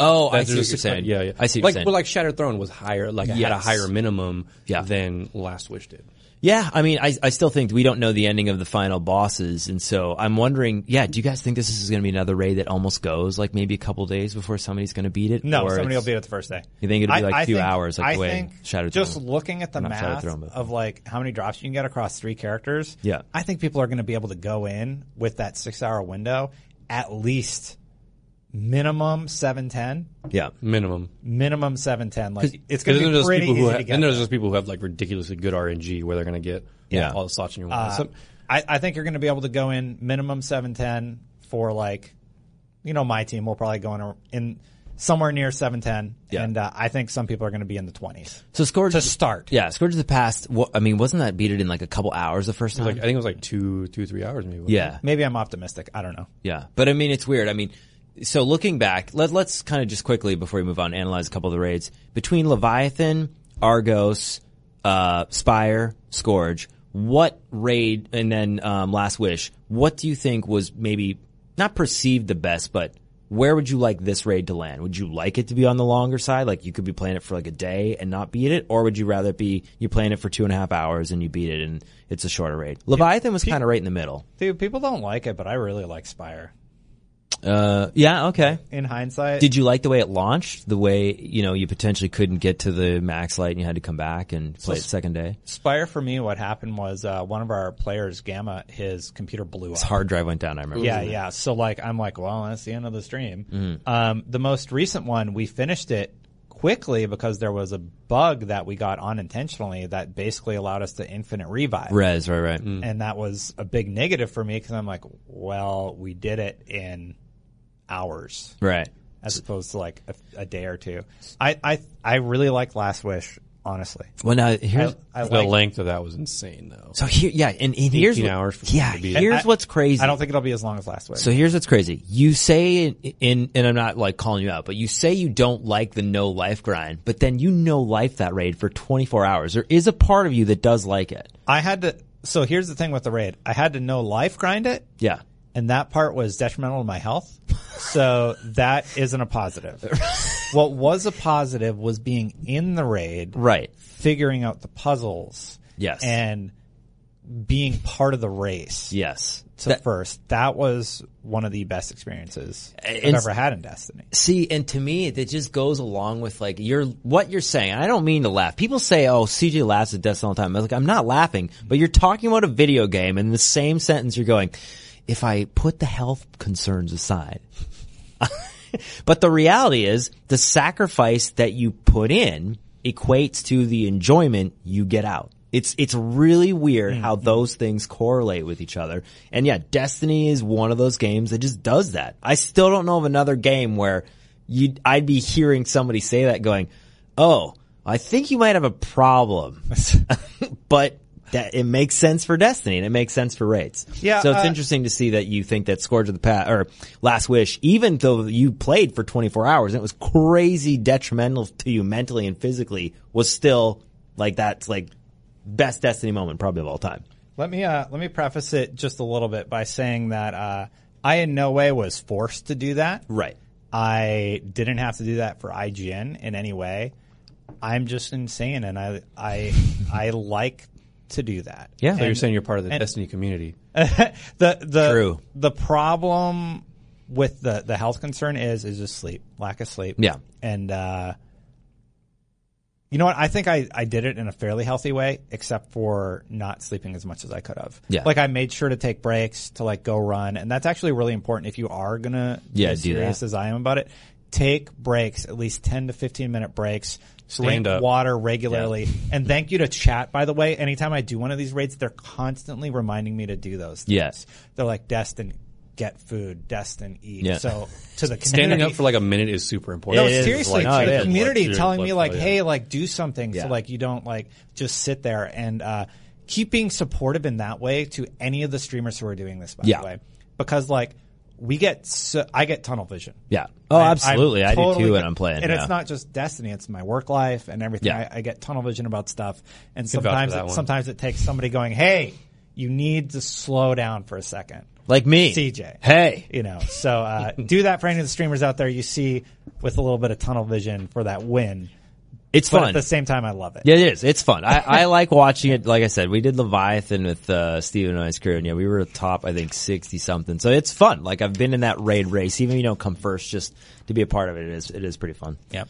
Speaker 2: oh, I
Speaker 3: That's
Speaker 2: see what
Speaker 3: just-
Speaker 2: you're saying.
Speaker 3: Yeah, yeah.
Speaker 2: I see what
Speaker 3: like,
Speaker 2: you're saying.
Speaker 3: But like Shattered Throne was higher, like had a
Speaker 2: Yes.
Speaker 3: higher minimum
Speaker 2: Yeah.
Speaker 3: than Last Wish did.
Speaker 2: Yeah, I mean, I, I still think we don't know the ending of the final bosses, and so I'm wondering, yeah, do you guys think this is going to be another raid that almost goes like maybe a couple days before somebody's going to beat it?
Speaker 1: no,
Speaker 2: Or
Speaker 1: somebody will
Speaker 2: it's-
Speaker 1: beat it the first day.
Speaker 2: You think it'll be like
Speaker 1: a
Speaker 2: a few hours, like the way Shattered
Speaker 1: Just
Speaker 2: Throne-
Speaker 1: looking at the
Speaker 2: not Shattered
Speaker 1: math
Speaker 2: Throne, but-
Speaker 1: of like how many drops you can get across three characters.
Speaker 2: Yeah.
Speaker 1: I think people are going to be able to go in with that six hour window at least minimum seven ten,
Speaker 2: Yeah,
Speaker 3: Minimum.
Speaker 1: minimum seven ten. Like it's
Speaker 3: Because
Speaker 1: going
Speaker 3: then
Speaker 1: to be
Speaker 3: there's
Speaker 1: pretty
Speaker 3: people
Speaker 1: easy
Speaker 3: who
Speaker 1: to
Speaker 3: have,
Speaker 1: get.
Speaker 3: then there's those people who have like ridiculously good RNG where they're going to get
Speaker 2: Yeah.
Speaker 3: all the slots in your
Speaker 1: Uh,
Speaker 3: wall. Some-
Speaker 1: I, I think you're going to be able to go in minimum 710 for like, you know, my team will probably go in, a, in somewhere near 710.
Speaker 2: Yeah.
Speaker 1: And uh, I think some people are going to be in the 20s.
Speaker 2: so Scourge
Speaker 1: To start.
Speaker 2: Yeah, Scourge of the Past. wha- I mean, wasn't that beat it in like a couple hours the first time?
Speaker 3: like I think it was like two, two, three hours maybe. wasn't it?
Speaker 2: yeah,
Speaker 1: Maybe I'm optimistic. I don't know.
Speaker 2: Yeah, but I mean, it's weird. I mean, so looking back, let, let's kind of just quickly before we move on, analyze a couple of the raids between Leviathan, Argos, uh, Spire, Scourge. What raid and then um, Last Wish? What do you think was maybe not perceived the best, but where would you like this raid to land? Would you like it to be on the longer side, like you could be playing it for like a day and not beat it, or would you rather it be you playing it for two and a half hours and you beat it and it's a shorter raid? Leviathan was kind of right in the middle.
Speaker 1: Dude, people don't like it, but I really like Spire.
Speaker 2: Uh, yeah, okay.
Speaker 1: in hindsight.
Speaker 2: Did you like the way it launched? The way you know you potentially couldn't get to the max light and you had to come back and play it second day.
Speaker 1: Spire for me, what happened was uh, one of our players, Gamma, his computer blew up.
Speaker 2: Its hard drive went down. I remember.
Speaker 1: Yeah, yeah. So like, I'm like, well, that's the end of the stream.
Speaker 2: Mm-hmm.
Speaker 1: Um, the most recent one, we finished it quickly because there was a bug that we got unintentionally that basically allowed us to infinite revive.
Speaker 2: Res, right, right.
Speaker 1: And that was a big negative for me because I'm like, well, we did it in hours
Speaker 2: Right.
Speaker 1: as opposed to like a, a day or two. I, I, I really like Last Wish, honestly.
Speaker 2: Well, now here's
Speaker 1: I, I
Speaker 3: The
Speaker 1: like
Speaker 3: length of that was insane, though.
Speaker 2: so here, yeah, and, and here's
Speaker 3: 18
Speaker 2: what-
Speaker 3: hours for
Speaker 2: yeah,
Speaker 3: it to be-
Speaker 2: here's
Speaker 1: I-
Speaker 2: what's crazy.
Speaker 1: I don't think it'll be as long as Last Wish.
Speaker 2: So here's what's crazy. You say, in, in, and I'm not like calling you out, but you say you don't like the no life grind, but then you no life that raid for 24 hours. There is a part of you that does like it.
Speaker 1: I had to. So here's the thing with the raid. I had to know life grind it,
Speaker 2: Yeah.
Speaker 1: and that part was detrimental to my health. So that isn't a positive. what was a positive was being in the raid,
Speaker 2: Right.
Speaker 1: figuring out the puzzles,
Speaker 2: Yes.
Speaker 1: and being part of the race.
Speaker 2: Yes.
Speaker 1: To first, that was one of the best experiences I've
Speaker 2: And-
Speaker 1: ever had in Destiny.
Speaker 2: See, and to me, it just goes along with like you're what you're saying. I don't mean to laugh. People say, "Oh, CJ laughs at Destiny all the time." I was like, "I'm not laughing," but you're talking about a video game, and in the same sentence, you're going, "If I put the health concerns aside." but the reality is, the sacrifice that you put in equates to the enjoyment you get out. It's it's really weird
Speaker 1: Mm-hmm.
Speaker 2: how those things correlate with each other. And yeah, Destiny is one of those games that just does that. I still don't know of another game where you I'd be hearing somebody say that going, "Oh, I think you might have
Speaker 1: [laughs]
Speaker 2: a problem." [laughs] but that it makes sense for Destiny and it makes sense for rates.
Speaker 1: Yeah,
Speaker 2: So it's
Speaker 1: uh,
Speaker 2: interesting interesting to see that you think that Scourge of the Past or Last Wish, even though you played for 24 hours and it was crazy detrimental to you mentally and physically, was still like that's like best Destiny moment probably of all time.
Speaker 1: Let me uh, let me preface it just a little bit by saying that uh, I in no way was forced to do that.
Speaker 2: Right.
Speaker 1: I didn't have to do that for IGN in any way. I'm just insane, and I I I like to do that.
Speaker 2: Yeah.
Speaker 3: So you're saying you're part of the Destiny community.
Speaker 1: the the
Speaker 2: True.
Speaker 1: the problem with the the health concern is is just sleep, lack of sleep.
Speaker 2: Yeah.
Speaker 1: and uh, you know what? I think I I did it in a fairly healthy way, except for not sleeping as much as I could have.
Speaker 2: Yeah.
Speaker 1: like I made sure to take breaks to like go run, and that's actually really important if you are gonna be
Speaker 2: Yeah,
Speaker 1: as
Speaker 2: do that.
Speaker 1: serious as I am about it. Take breaks, at least ten to fifteen minute breaks.
Speaker 3: Stand
Speaker 1: drink
Speaker 3: up.
Speaker 1: water regularly, and thank you to chat. By the way, anytime I do one of these raids, they're constantly reminding me to do those. things.
Speaker 2: Yes.
Speaker 1: they're like Destin, get food, Destin, eat.
Speaker 2: Yeah.
Speaker 1: So to the
Speaker 3: Standing
Speaker 1: community,
Speaker 3: up for like a minute is super important.
Speaker 1: no,
Speaker 2: It is,
Speaker 1: seriously,
Speaker 2: like, no,
Speaker 1: to
Speaker 2: it
Speaker 1: the
Speaker 2: is.
Speaker 1: community
Speaker 3: Like,
Speaker 1: telling
Speaker 3: dude,
Speaker 1: me
Speaker 3: like,
Speaker 1: like,
Speaker 3: oh, yeah.
Speaker 1: hey, like do something
Speaker 2: Yeah.
Speaker 1: so like you don't like just sit there and uh, keep being supportive in that way to any of the streamers who are doing this. By
Speaker 2: Yeah.
Speaker 1: the way, because like we get, so, I get tunnel vision.
Speaker 2: Yeah. Oh,
Speaker 1: I'm-
Speaker 2: absolutely.
Speaker 1: I'm
Speaker 2: i
Speaker 1: totally
Speaker 2: do too when
Speaker 1: get-
Speaker 2: I'm playing.
Speaker 1: And
Speaker 2: yeah.
Speaker 1: it's not just Destiny; it's my work life and everything.
Speaker 2: Yeah.
Speaker 1: I, I get tunnel vision about stuff, and
Speaker 3: vouch for
Speaker 1: sometimes
Speaker 3: that
Speaker 1: it,
Speaker 3: one.
Speaker 1: sometimes it takes somebody going, "Hey, you need to slow down for a second.
Speaker 2: like me.
Speaker 1: CJ.
Speaker 2: Hey.
Speaker 1: You know, so uh,
Speaker 2: [laughs]
Speaker 1: do that for any of the streamers out there you see with a little bit of tunnel vision for that win.
Speaker 2: It's
Speaker 1: But
Speaker 2: fun.
Speaker 1: at the same time, I love it.
Speaker 2: Yeah, it is. It's fun. I, I like watching it. Like I said, we did Leviathan with uh, Steven and I's crew, and yeah, we were top, I think, sixty something. So it's fun. Like I've been in that raid race, even if you don't come first, just to be a part of it. It is. It is pretty fun.
Speaker 1: Yep.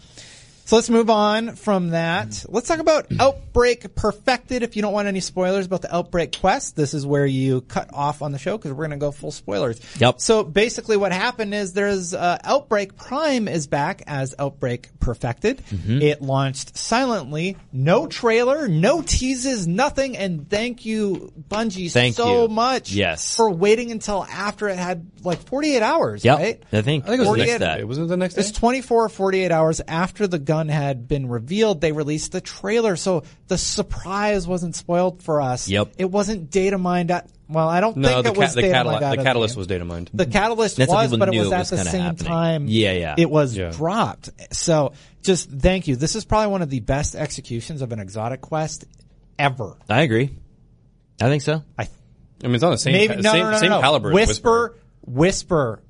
Speaker 1: So let's move on from that. Let's talk about Outbreak Perfected. If you don't want any spoilers about the Outbreak quest, this is where you cut off on the show because we're going to go full spoilers.
Speaker 2: Yep.
Speaker 1: So basically, what happened is there's uh, Outbreak Prime is back as Outbreak Perfected.
Speaker 2: Mm-hmm.
Speaker 1: It launched silently, no trailer, no teases, nothing. And thank you, Bungie,
Speaker 2: Thank
Speaker 1: so
Speaker 2: you.
Speaker 1: much
Speaker 2: Yes.
Speaker 1: for waiting until after it had like 48 hours.
Speaker 2: Yep.
Speaker 1: right?
Speaker 2: I think.
Speaker 3: I think it was the
Speaker 1: 48
Speaker 3: next day. It wasn't the next day.
Speaker 1: It's 24 or 48 hours after the gun had been revealed, they released the trailer. So the surprise wasn't spoiled for us.
Speaker 2: Yep.
Speaker 1: It wasn't data mined at, well, I don't
Speaker 3: no,
Speaker 1: think
Speaker 3: the,
Speaker 1: it
Speaker 3: ca-
Speaker 1: was
Speaker 3: the,
Speaker 1: data
Speaker 3: catala-
Speaker 1: mined out
Speaker 3: the
Speaker 1: of
Speaker 3: catalyst
Speaker 1: game.
Speaker 3: was data mined.
Speaker 1: The catalyst
Speaker 2: That's what
Speaker 1: was,
Speaker 2: people
Speaker 1: but it
Speaker 2: knew
Speaker 1: was
Speaker 2: it
Speaker 1: at
Speaker 2: was
Speaker 1: the
Speaker 2: kinda
Speaker 1: same
Speaker 2: happening.
Speaker 1: time.
Speaker 2: Yeah, yeah.
Speaker 1: It was
Speaker 3: Yeah.
Speaker 1: dropped. So just thank you. This is probably one of the best executions of an exotic quest ever.
Speaker 2: I agree. I think so.
Speaker 1: I
Speaker 3: I mean, it's on the same
Speaker 1: maybe
Speaker 3: ca-
Speaker 1: no,
Speaker 3: same,
Speaker 1: no, no, no,
Speaker 3: same
Speaker 1: no.
Speaker 3: caliber. as
Speaker 1: Whisper, whisper,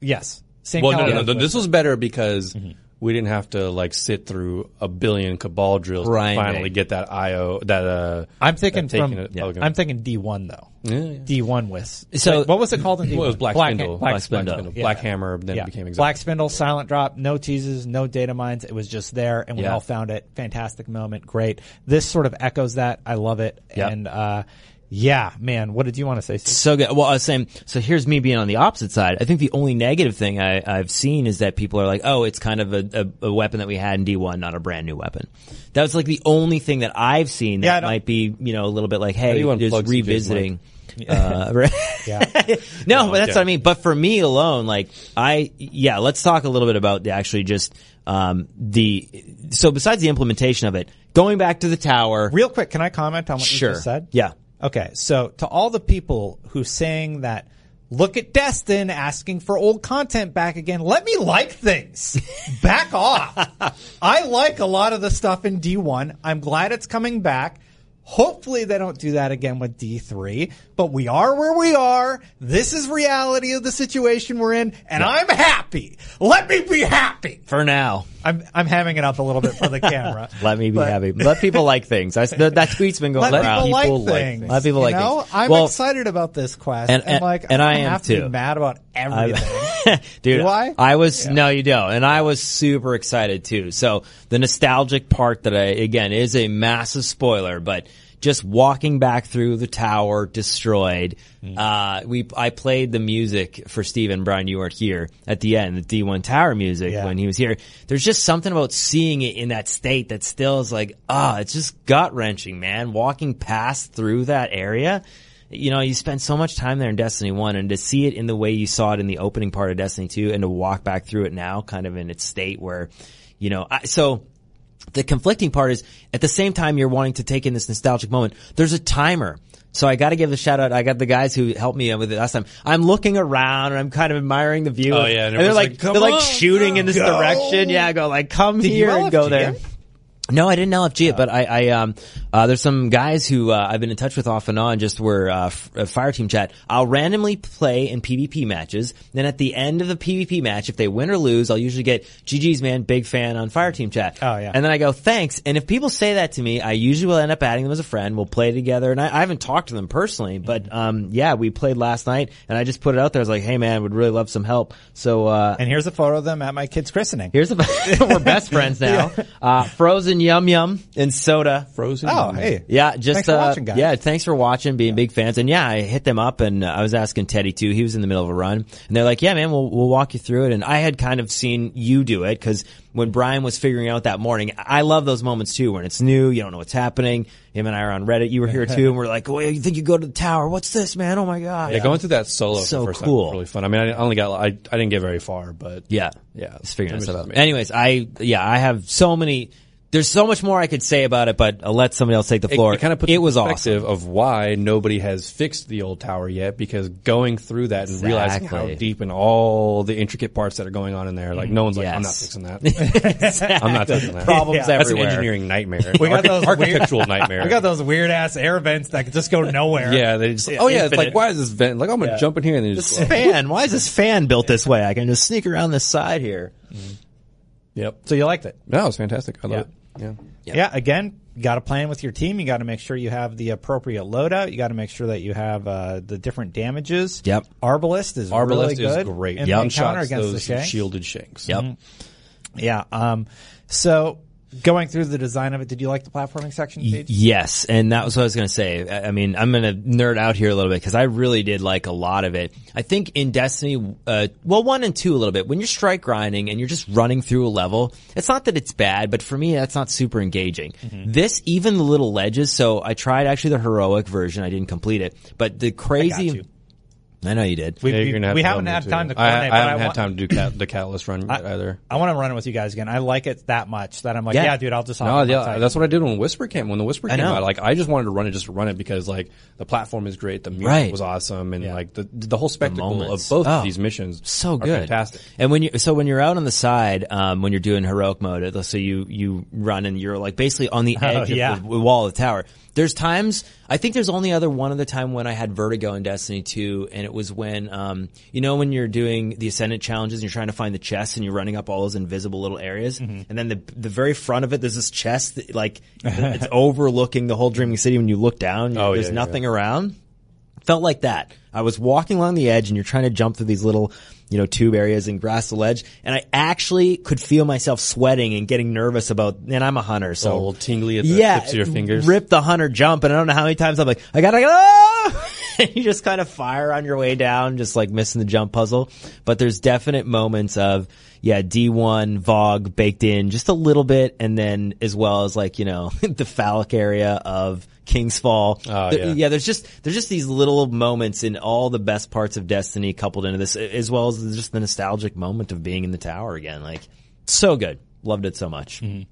Speaker 1: Yes. Same
Speaker 3: Well, no,
Speaker 1: caliber.
Speaker 3: no, no,
Speaker 1: as
Speaker 3: th- This was better because we didn't have to like sit through a billion cabal drills
Speaker 2: Right.
Speaker 3: to finally get that IO that uh
Speaker 1: I'm thinking
Speaker 3: that taking
Speaker 1: from.
Speaker 3: it- Yeah. Pelican.
Speaker 1: I'm thinking D1 though. D1 with.
Speaker 2: So-
Speaker 1: what was it called in D1?
Speaker 3: well, it was Black, Spindle,
Speaker 1: Black,
Speaker 2: Black Spindle.
Speaker 1: Spindle.
Speaker 3: Black
Speaker 1: Yeah.
Speaker 3: Hammer then
Speaker 1: Yeah.
Speaker 3: became
Speaker 1: Black
Speaker 3: exact.
Speaker 1: Spindle, Silent Drop, no teases, no data mines. It was just there, and we
Speaker 2: Yeah.
Speaker 1: all found it. Fantastic moment, great. This sort of echoes that. I love it.
Speaker 2: Yep.
Speaker 1: And uh, yeah, man, what did you want to say?
Speaker 3: [laughs]
Speaker 1: Steve?
Speaker 2: so good. Well, I was saying, so here's me being on the opposite side. I think the only negative thing I, I've seen is that people are like, oh, it's kind of a, a, a weapon that we had in D1, not a brand new weapon. That was like the only thing that I've seen that
Speaker 1: Yeah, I don't-
Speaker 2: might be, you know, a little bit like, hey,
Speaker 3: Everyone
Speaker 2: just
Speaker 3: plugs the James
Speaker 2: revisiting. Uh, [laughs] right.
Speaker 1: Yeah.
Speaker 2: [laughs] no, but that's
Speaker 3: yeah.
Speaker 2: what I mean. But for me alone, like I, yeah, let's talk a little bit about the actually just, um, the, so besides the implementation of it, going back to the tower.
Speaker 1: Real quick, can I comment on what
Speaker 2: Sure.
Speaker 1: you just said?
Speaker 2: Yeah.
Speaker 1: Okay, so to all the people who saying that, look at Destin asking for old content back again. Let me like [laughs] things. back off. I like a lot of the stuff in D1. I'm glad it's coming back. Hopefully they don't do that again with D3, but we are where we are. This is reality of the situation we're in, and I'm happy. Let me be happy.
Speaker 2: for now.
Speaker 1: I'm I'm hamming it up a little bit for [laughs] the camera.
Speaker 2: Let me be
Speaker 1: But-
Speaker 2: happy. Let people like things. That's, that, that tweet's been going
Speaker 1: [laughs] Let
Speaker 2: around.
Speaker 1: people,
Speaker 3: people
Speaker 1: like
Speaker 3: like
Speaker 1: things.
Speaker 2: Let people
Speaker 1: you
Speaker 2: like
Speaker 1: know?
Speaker 2: things.
Speaker 1: I'm
Speaker 2: Well-
Speaker 1: excited about this quest, and,
Speaker 2: And- and-
Speaker 1: like,
Speaker 2: and
Speaker 1: I,
Speaker 2: I
Speaker 1: don't
Speaker 2: am
Speaker 1: have to be
Speaker 2: too.
Speaker 1: mad about
Speaker 2: [laughs]
Speaker 1: everything.
Speaker 2: Dude,
Speaker 1: Do I?
Speaker 2: was no, you don't, and I was super excited too. So the nostalgic part that I again is a massive spoiler, but just walking back through the tower destroyed. Uh, we I played the music for Steve and Brian. You weren't here at the end, the D1 Tower music
Speaker 1: Yeah.
Speaker 2: when he was here. There's just something about seeing it in that state that still is like ah, it's just gut wrenching, man. Walking past through that area you know, you spent so much time there in Destiny 1 and to see it in the way you saw it in the opening part of Destiny 2 and to walk back through it now kind of in its state where, you know, I, so the conflicting part is at the same time you're wanting to take in this nostalgic moment, there's a timer. So I got to give a shout out. I got the guys who helped me with it last time. I'm looking around and I'm kind of admiring the view.
Speaker 3: Oh, yeah, and
Speaker 2: and, they're
Speaker 3: everyone's
Speaker 2: like,
Speaker 3: like, "Come
Speaker 2: they're like
Speaker 3: on,
Speaker 2: shooting in this
Speaker 1: go."
Speaker 2: direction. Yeah, I go like, come here
Speaker 1: you
Speaker 2: and go
Speaker 1: LFG
Speaker 2: there.
Speaker 1: it?
Speaker 2: No, I didn't LFG it, but I, I um, uh, there's some guys who uh, I've been in touch with off and on. Just were uh, f- uh, fire team chat. I'll randomly play in PvP matches. Then at the end of the PvP match, if they win or lose, I'll usually get GG's man, big fan on fire team chat.
Speaker 1: Oh, yeah.
Speaker 2: And then I go thanks. And if people say that to me, I usually will end up adding them as a friend. We'll play together. And I, I haven't talked to them personally, but um, yeah, we played last night, and I just put it out there. I was like, hey man, would really love some help. So uh,
Speaker 1: and here's a photo of them at my kid's christening.
Speaker 2: Here's the [laughs] we're best friends now. Uh, frozen yum yum and soda.
Speaker 3: Frozen.
Speaker 1: oh, hey,
Speaker 2: Yeah, just
Speaker 1: Thanks for
Speaker 2: uh,
Speaker 1: watching, guys.
Speaker 2: yeah. Thanks for watching, being big fans, and yeah, I hit them up, and uh, I was asking Teddy too. He was in the middle of a run, and they're like, "Yeah, man, we'll we'll walk you through it." And I had kind of seen you do it because when Brian was figuring out that morning, I love those moments too when it's new, you don't know what's happening. Him and I are on Reddit. You were here too, and we're like, "Oh, yeah, you think you go to the tower? What's this, man? Oh my god!"
Speaker 3: Yeah, going through that solo
Speaker 2: So
Speaker 3: for the first time
Speaker 2: cool.
Speaker 3: was really fun. I mean, I only got I, I didn't get very far, but
Speaker 2: Yeah.
Speaker 3: Yeah.
Speaker 2: Just figuring
Speaker 3: That
Speaker 2: stuff
Speaker 3: was
Speaker 2: out.
Speaker 3: amazing.
Speaker 2: Anyways, I, yeah, I have so many, there's so much more I could say about it, but I'll let somebody else take the
Speaker 3: it,
Speaker 2: floor.
Speaker 3: kind of puts
Speaker 2: it
Speaker 3: in
Speaker 2: was awesome.
Speaker 3: perspective of why nobody has fixed the old tower yet because going through that and realizing how
Speaker 2: Exactly.
Speaker 3: deep and all the intricate parts that are going on in there, like no one's like, I'm not
Speaker 2: Yes.
Speaker 3: fixing
Speaker 2: [laughs]
Speaker 3: that. I'm not touching that.
Speaker 2: Problems
Speaker 3: That's
Speaker 2: everywhere.
Speaker 3: an engineering nightmare.
Speaker 1: [laughs] We got those weird-
Speaker 3: architectural nightmare.
Speaker 1: I got those weird ass air vents that could just go nowhere.
Speaker 3: [laughs] Yeah, they just oh yeah, it's
Speaker 2: infinite.
Speaker 3: like why is this vent? Like I'm gonna jump in here and
Speaker 1: [laughs]
Speaker 3: then just
Speaker 2: [laughs] fan. Why is this fan built this way? I can just sneak around this side here.
Speaker 3: yep.
Speaker 1: So you liked it?
Speaker 3: That was fantastic. I love it. Yeah.
Speaker 1: Yeah. again, you got to plan with your team. You got to make sure you have the appropriate loadout. You got to make sure that you have uh, the different damages.
Speaker 2: Yep.
Speaker 1: Arbalist is really
Speaker 3: Arbalest
Speaker 1: good
Speaker 3: is great.
Speaker 1: in
Speaker 2: Yep.
Speaker 1: the encounter
Speaker 3: Shots
Speaker 1: against the
Speaker 3: those
Speaker 1: shanks.
Speaker 3: shielded shanks.
Speaker 2: Yep.
Speaker 1: Yeah. Um, so going through the design of it, did you like the platforming section? Paige?
Speaker 2: Yes, and that was what I was going to say. I I mean, I'm going to nerd out here a little bit because I really did like a lot of it. I think in Destiny, uh, well, one and two a little bit. When you're strike grinding and you're just running through a level, it's not that it's bad, but for me, that's not super engaging. This, even the little ledges. So I tried actually the heroic version. I didn't complete it, but the crazy. I,
Speaker 1: you.
Speaker 2: know you did.
Speaker 1: We,
Speaker 3: Yeah,
Speaker 1: we,
Speaker 3: you're gonna have
Speaker 1: we
Speaker 3: to
Speaker 1: haven't
Speaker 3: help
Speaker 1: had
Speaker 3: me too.
Speaker 1: time to
Speaker 3: I,
Speaker 1: coordinate.
Speaker 3: I
Speaker 1: but
Speaker 3: haven't
Speaker 1: want-
Speaker 3: had time to do cat, the catalyst run yet either.
Speaker 1: I want to run it with you guys again. I like it that much that I'm like, yeah,
Speaker 2: Yeah.
Speaker 1: dude, I'll just hop
Speaker 3: No,
Speaker 1: on
Speaker 3: yeah,
Speaker 1: outside.
Speaker 3: that's what I did when Whisper came. When the Whisper came
Speaker 2: know.
Speaker 3: out, like I just wanted to run it, just to run it because like the platform is great, the music
Speaker 2: Right.
Speaker 3: was awesome, and like the the whole spectacle of
Speaker 2: moments.
Speaker 3: both
Speaker 2: Oh,
Speaker 3: of these missions
Speaker 2: so
Speaker 3: are
Speaker 2: good,
Speaker 3: fantastic.
Speaker 2: And when you so when you're out on the side, um, when you're doing heroic mode, it- so you you run and you're like basically on the
Speaker 3: [laughs] Oh,
Speaker 2: edge
Speaker 1: yeah.
Speaker 2: of the w- wall of the tower. There's times I think there's only other one other time when I had vertigo in Destiny two, and it was when um, you know when you're doing the ascendant challenges and you're trying to find the chest and you're running up all those invisible little areas,
Speaker 3: Mm-hmm.
Speaker 2: and then the the very front of it there's this chest that
Speaker 3: [laughs]
Speaker 2: like it's overlooking the whole Dreaming City. When you look down, you-
Speaker 3: Oh,
Speaker 2: there's
Speaker 3: yeah, yeah,
Speaker 2: nothing around. Felt like that. I was walking along the edge and you're trying to jump through these little, you know, tube areas and grass the ledge. And I actually could feel myself sweating and getting nervous about, and I'm a hunter. So
Speaker 3: little tingly at the tips of your fingers.
Speaker 2: Rip the hunter jump, and I don't know how many times I'm like, I gotta go. [laughs] and you just kind of fire on your way down, just like missing the jump puzzle. But there's definite moments of yeah, D1 Vogue baked in just a little bit, and then as well as like you know [laughs] the phallic area of King's Fall.
Speaker 3: Oh,
Speaker 2: The-
Speaker 3: yeah.
Speaker 2: there's just there's just these little moments in all the best parts of Destiny coupled into this, as well as just the nostalgic moment of being in the tower again. Like so good, loved it so much.
Speaker 3: Mm-hmm.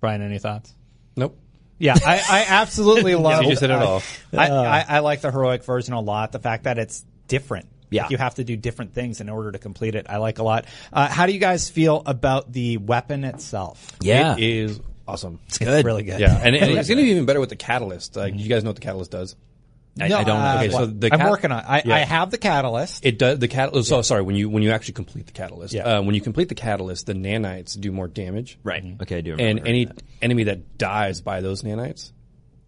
Speaker 4: Brian, any thoughts?
Speaker 3: Nope.
Speaker 1: Yeah, I, I [laughs] absolutely love.
Speaker 3: you just hit it
Speaker 1: I-
Speaker 3: all.
Speaker 1: I, I, I like the heroic version a lot. The fact that it's different.
Speaker 2: Yeah.
Speaker 1: Like, you have to do different things in order to complete it. I like a lot. Uh, how do you guys feel about the weapon itself?
Speaker 2: Yeah,
Speaker 3: It is awesome.
Speaker 2: it's good.
Speaker 1: Really good.
Speaker 3: Yeah, and, and it's going to be even better with the catalyst. Like, you guys know what the catalyst does.
Speaker 2: I, I don't.
Speaker 1: uh,
Speaker 3: Okay, so
Speaker 1: what-
Speaker 3: the
Speaker 1: I'm
Speaker 3: cat-
Speaker 1: working on. I, I have the catalyst.
Speaker 3: It does the catalyst. So sorry when you when you actually complete the catalyst.
Speaker 1: Yeah.
Speaker 3: Uh, when you complete the catalyst, the nanites do more damage.
Speaker 2: Right.
Speaker 1: Mm-hmm.
Speaker 2: Okay. I do.
Speaker 3: And
Speaker 2: remember
Speaker 3: any
Speaker 2: that.
Speaker 3: enemy that dies by those nanites,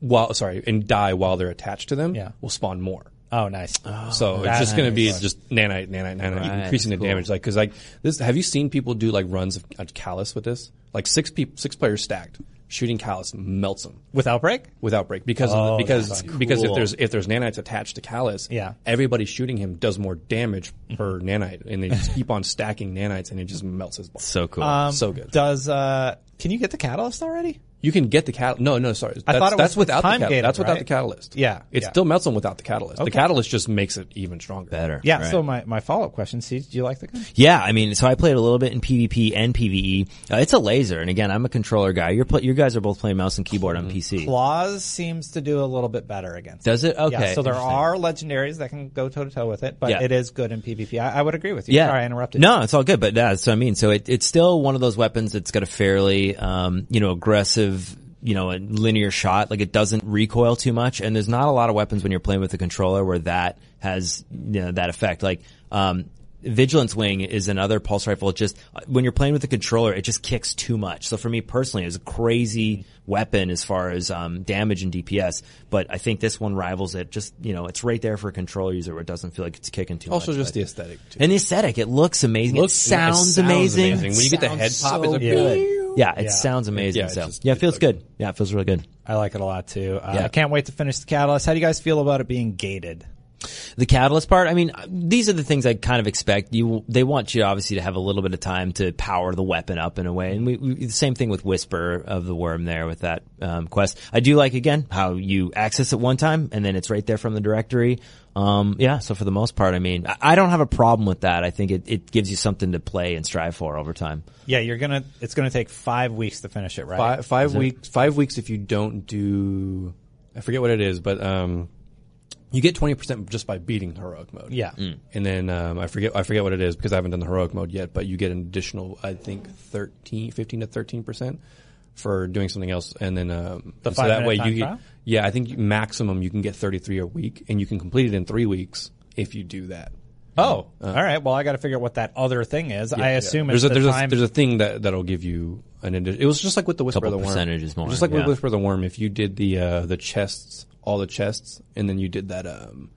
Speaker 3: while sorry, and die while they're attached to them,
Speaker 1: Yeah.
Speaker 3: will spawn more.
Speaker 1: oh, nice.
Speaker 3: So it's
Speaker 1: that's
Speaker 3: just going to be just nanite, nanite, nanite, increasing the damage. Like, cause like this, have you seen people do like runs of, of callus with this? Like six people, six players stacked, shooting callus melts them
Speaker 1: With outbreak.
Speaker 3: without break because of the- because because if there's if there's nanites attached to callus,
Speaker 1: Oh, Yeah.
Speaker 3: everybody shooting him does more damage per nanite, and they just keep on stacking nanites, and it just melts his body.
Speaker 2: so cool.
Speaker 1: Um,
Speaker 3: so good.
Speaker 1: Does uh? Can you get the catalyst already?
Speaker 3: You can get the cat. No, no, sorry. That's,
Speaker 1: thought it
Speaker 3: that's
Speaker 1: was
Speaker 3: without the
Speaker 1: time
Speaker 3: catalyst.
Speaker 1: gated,
Speaker 3: That's without
Speaker 1: right?
Speaker 3: the catalyst.
Speaker 1: Yeah,
Speaker 3: it
Speaker 1: yeah.
Speaker 3: still melts them without the catalyst. The catalyst just makes it even stronger.
Speaker 2: better.
Speaker 1: Yeah.
Speaker 2: Right.
Speaker 1: So my, my follow up question, see, do you like the gun?
Speaker 2: yeah, I mean, so I played a little bit in PvP and PvE. Uh, it's a laser, and again, I'm a controller guy. You're pl- you guys are both playing mouse and keyboard
Speaker 1: Mm-hmm.
Speaker 2: on PC.
Speaker 1: Claws seems to do a little bit better against.
Speaker 2: Does it? Okay.
Speaker 1: Yeah, so there
Speaker 2: interesting.
Speaker 1: are legendaries that can go toe to toe with it, but
Speaker 2: Yeah.
Speaker 1: it is good in PvP. I, I would agree with you. Sorry, I interrupted.
Speaker 2: No, it's all good. But that's what I mean. So it, it's still one of those weapons that's got a fairly, um, you know, aggressive, you know, a linear shot. Like it doesn't recoil too much. And there's not a lot of weapons when you're playing with a controller where that has, you know, that effect. Like, um, Vigilance Wing is another pulse rifle. It just, when you're playing with the controller, it just kicks too much. So for me personally, it's a crazy weapon as far as, um, damage and DPS. But I think this one rivals it. Just, you know, it's right there for a control user where it doesn't feel like it's kicking too much.
Speaker 3: Also,
Speaker 2: but-
Speaker 3: just the aesthetic. Too.
Speaker 2: and the aesthetic, it looks amazing.
Speaker 3: Looks-
Speaker 2: it,
Speaker 3: it
Speaker 2: sounds
Speaker 3: sounds
Speaker 2: amazing.
Speaker 3: amazing. When you get the
Speaker 2: Sounds
Speaker 3: head pop,
Speaker 2: so
Speaker 3: it's a-
Speaker 2: good. Yeah, it
Speaker 1: Yeah.
Speaker 2: sounds amazing.
Speaker 3: Yeah, it's
Speaker 2: so
Speaker 3: just-
Speaker 2: yeah, it
Speaker 3: it's
Speaker 2: feels
Speaker 3: like-
Speaker 2: good. Yeah, it feels really good.
Speaker 1: I like it a lot too. Uh,
Speaker 2: Yeah.
Speaker 1: I can't wait to finish the catalyst. How do you guys feel about it being gated?
Speaker 2: The catalyst part, I mean, uh, these are the things I kind of expect. You, they want you obviously to have a little bit of time to power the weapon up in a way. And we, we the same thing with Whisper of the Worm there with that um, quest. I do like again how you access it one time and then it's right there from the directory. Um, yeah, so for the most part, I mean, I, I don't have a problem with that. I think it, it gives you something to play and strive for over time.
Speaker 1: Yeah, you're gonna. It's gonna take five weeks to finish it, right?
Speaker 3: Five, five weeks. Five weeks if you don't do. I forget what it is, but um, you get twenty percent just by beating heroic mode.
Speaker 1: Yeah.
Speaker 3: and then um, I forget I forget what it is because I haven't done the heroic mode yet. But you get an additional, I think, 13, 15 to thirteen percent for doing something else, and then um, the so that
Speaker 1: five-minute
Speaker 3: way
Speaker 1: time
Speaker 3: you get-
Speaker 1: trial?
Speaker 3: yeah, I think you- maximum you can get thirty three a week, and you can complete it in three weeks if you do that.
Speaker 1: Oh, all right. Well, I got to figure out what that other thing is. I assume
Speaker 3: Yeah.
Speaker 1: it's
Speaker 3: there's a,
Speaker 1: the
Speaker 3: there's a
Speaker 1: time.
Speaker 3: there's a thing that that'll give you an. Indi- it was just like with the whisper
Speaker 2: Couple
Speaker 3: of the worm.
Speaker 2: percentages more,
Speaker 3: Just like
Speaker 2: yeah.
Speaker 3: with whisper of the worm, if you did the uh, the chests, all the chests, and then you did that um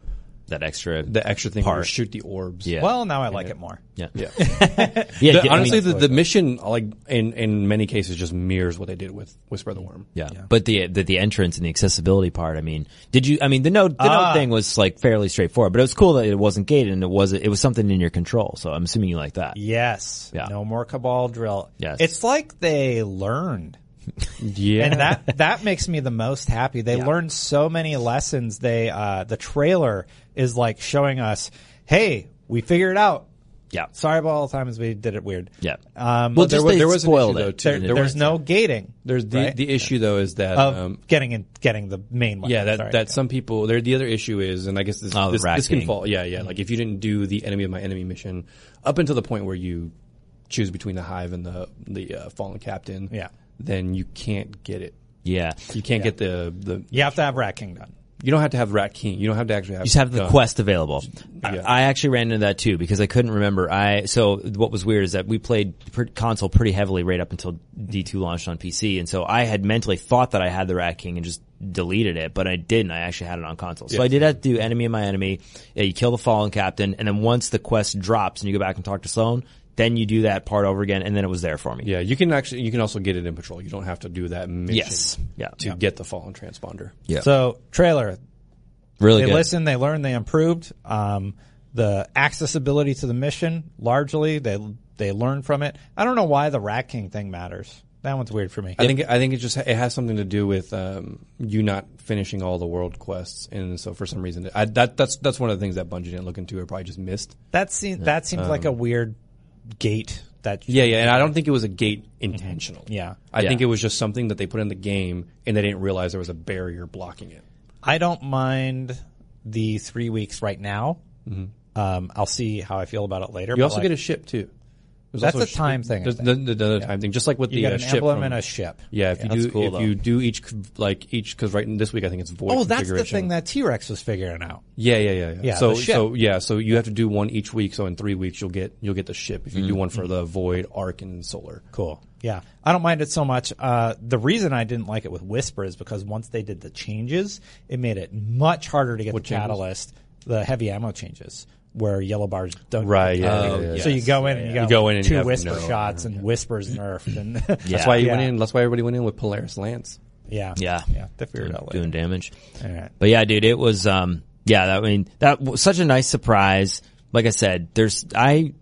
Speaker 2: That extra,
Speaker 3: the extra thing where you
Speaker 2: Part.
Speaker 3: shoot the orbs.
Speaker 2: yeah.
Speaker 1: well, now I like it more.
Speaker 2: yeah. [laughs]
Speaker 3: Yeah.
Speaker 2: Yeah,
Speaker 3: The-
Speaker 2: yeah, I
Speaker 3: honestly,
Speaker 2: mean-
Speaker 3: the, the mission, like in in many cases, just mirrors what they did with Whisper of the Worm.
Speaker 2: yeah. But the, the the entrance and the accessibility part. I mean, did you? I mean, the note the note thing was like fairly straightforward, but it was cool that it wasn't gated and it was it was something in your control. So I'm assuming you like that.
Speaker 1: Yes.
Speaker 2: Yeah.
Speaker 1: No more cabal drill.
Speaker 2: Yes.
Speaker 1: It's like they learned.
Speaker 3: Yeah, [laughs]
Speaker 1: and that that makes me the most happy. They learned so many lessons. They uh, the trailer is like showing us, hey, we figured it out.
Speaker 2: Yeah.
Speaker 1: Sorry about all the times we did it weird.
Speaker 2: Yeah.
Speaker 1: Um,
Speaker 2: well,
Speaker 1: there
Speaker 2: just
Speaker 1: was,
Speaker 2: they
Speaker 3: there was an
Speaker 2: spoiled
Speaker 3: issue,
Speaker 2: it.
Speaker 3: though, too.
Speaker 1: there-
Speaker 3: there
Speaker 1: there's
Speaker 3: was-
Speaker 1: no gating
Speaker 3: there's the the issue though is that
Speaker 1: of
Speaker 3: um,
Speaker 1: getting in, getting the main one.
Speaker 3: yeah that
Speaker 1: Sorry.
Speaker 3: that some people there the other issue is, and I guess this
Speaker 2: Oh, the
Speaker 3: this,
Speaker 2: Rat
Speaker 3: this can
Speaker 2: King.
Speaker 3: fall. Yeah, yeah. Like if you didn't do the enemy of my enemy mission up until the point where you choose between the Hive and the the uh, fallen captain,
Speaker 1: Yeah.
Speaker 3: then you can't get it.
Speaker 2: Yeah.
Speaker 3: You can't get the the
Speaker 1: you have to have Rat King done.
Speaker 3: You don't have to have Rat King. You don't have to actually have.
Speaker 2: You just have the
Speaker 3: guns.
Speaker 2: quest available. I-
Speaker 3: Yeah.
Speaker 2: I, actually ran into that too because I couldn't remember. I so what was weird is that we played per, console pretty heavily right up until D2 launched on PC, and so I had mentally thought that I had the Rat King and just deleted it, but I didn't. I actually had it on console, so I did have to do enemy of my enemy. Yeah, you kill the fallen captain, and then once the quest drops and you go back and talk to Sloan, then you do that part over again, and then it was there for me.
Speaker 3: Yeah, you can actually. You can also get it in patrol. You don't have to do that mission.
Speaker 2: Yes. Yeah.
Speaker 3: To get the fallen transponder.
Speaker 2: Yeah.
Speaker 1: So trailer,
Speaker 2: Really
Speaker 1: they
Speaker 2: good.
Speaker 1: listened, they learned, they improved. Um, the accessibility to the mission, largely, they they learned from it. I don't know why the Rat King thing matters. That one's weird for me.
Speaker 3: I think I think it just it has something to do with um, you not finishing all the world quests, and so for some reason I, that that's that's one of the things that Bungie didn't look into or probably just missed.
Speaker 1: That seems that seems like
Speaker 3: um,
Speaker 1: a weird gate. That
Speaker 3: Yeah, yeah, Mm-hmm. and I don't think it was a gate intentional.
Speaker 1: Yeah.
Speaker 3: I
Speaker 2: Yeah.
Speaker 3: think it was just something that they put in the game and they didn't realize there was a barrier blocking it.
Speaker 1: I don't mind the three weeks right now. Um, I'll see how I feel about it later.
Speaker 3: Mm-hmm. You also get a ship too. There's
Speaker 1: That's
Speaker 3: also
Speaker 1: a time thing, I
Speaker 3: There's
Speaker 1: think.
Speaker 3: the, the, the time thing, just like with
Speaker 1: you
Speaker 3: the
Speaker 1: get
Speaker 3: uh,
Speaker 1: an
Speaker 3: ship
Speaker 1: emblem
Speaker 3: from-
Speaker 1: and a ship.
Speaker 3: Yeah, if you
Speaker 2: that's
Speaker 3: do
Speaker 2: cool,
Speaker 3: if
Speaker 2: though.
Speaker 3: you do each c- like each because right this week I think it's void.
Speaker 1: Oh, that's the
Speaker 3: configuration.
Speaker 1: thing that T Rex was figuring out.
Speaker 3: Yeah, yeah, yeah, yeah.
Speaker 1: Yeah,
Speaker 3: so,
Speaker 1: the ship.
Speaker 3: so yeah, so you have to do one each week. So in three weeks, you'll get you'll get the ship. If you do one for the void, arc, and solar.
Speaker 1: Cool. Yeah, I don't mind it so much. Uh, the reason I didn't like it with Whisper is because once they did the changes, it made it much harder to get the
Speaker 3: changes?
Speaker 1: catalyst, the heavy ammo changes, where yellow bars don't.
Speaker 3: Right, yeah,
Speaker 1: Uh,
Speaker 3: yeah, yeah,
Speaker 1: So
Speaker 3: yeah.
Speaker 1: you go in and you, got
Speaker 3: You go in and
Speaker 1: two
Speaker 3: you have
Speaker 1: Whisper
Speaker 3: no-
Speaker 1: shots and Whispers
Speaker 3: [laughs]
Speaker 1: nerfed, and
Speaker 3: That's why you
Speaker 1: Yeah.
Speaker 3: went in. That's why everybody went in with Polaris Lance.
Speaker 1: [laughs] yeah,
Speaker 2: Yeah.
Speaker 1: yeah, they figured it out later.
Speaker 2: doing damage.
Speaker 1: All right.
Speaker 2: But yeah, dude, it was um yeah, that, I mean that was such a nice surprise. Like I said, there's I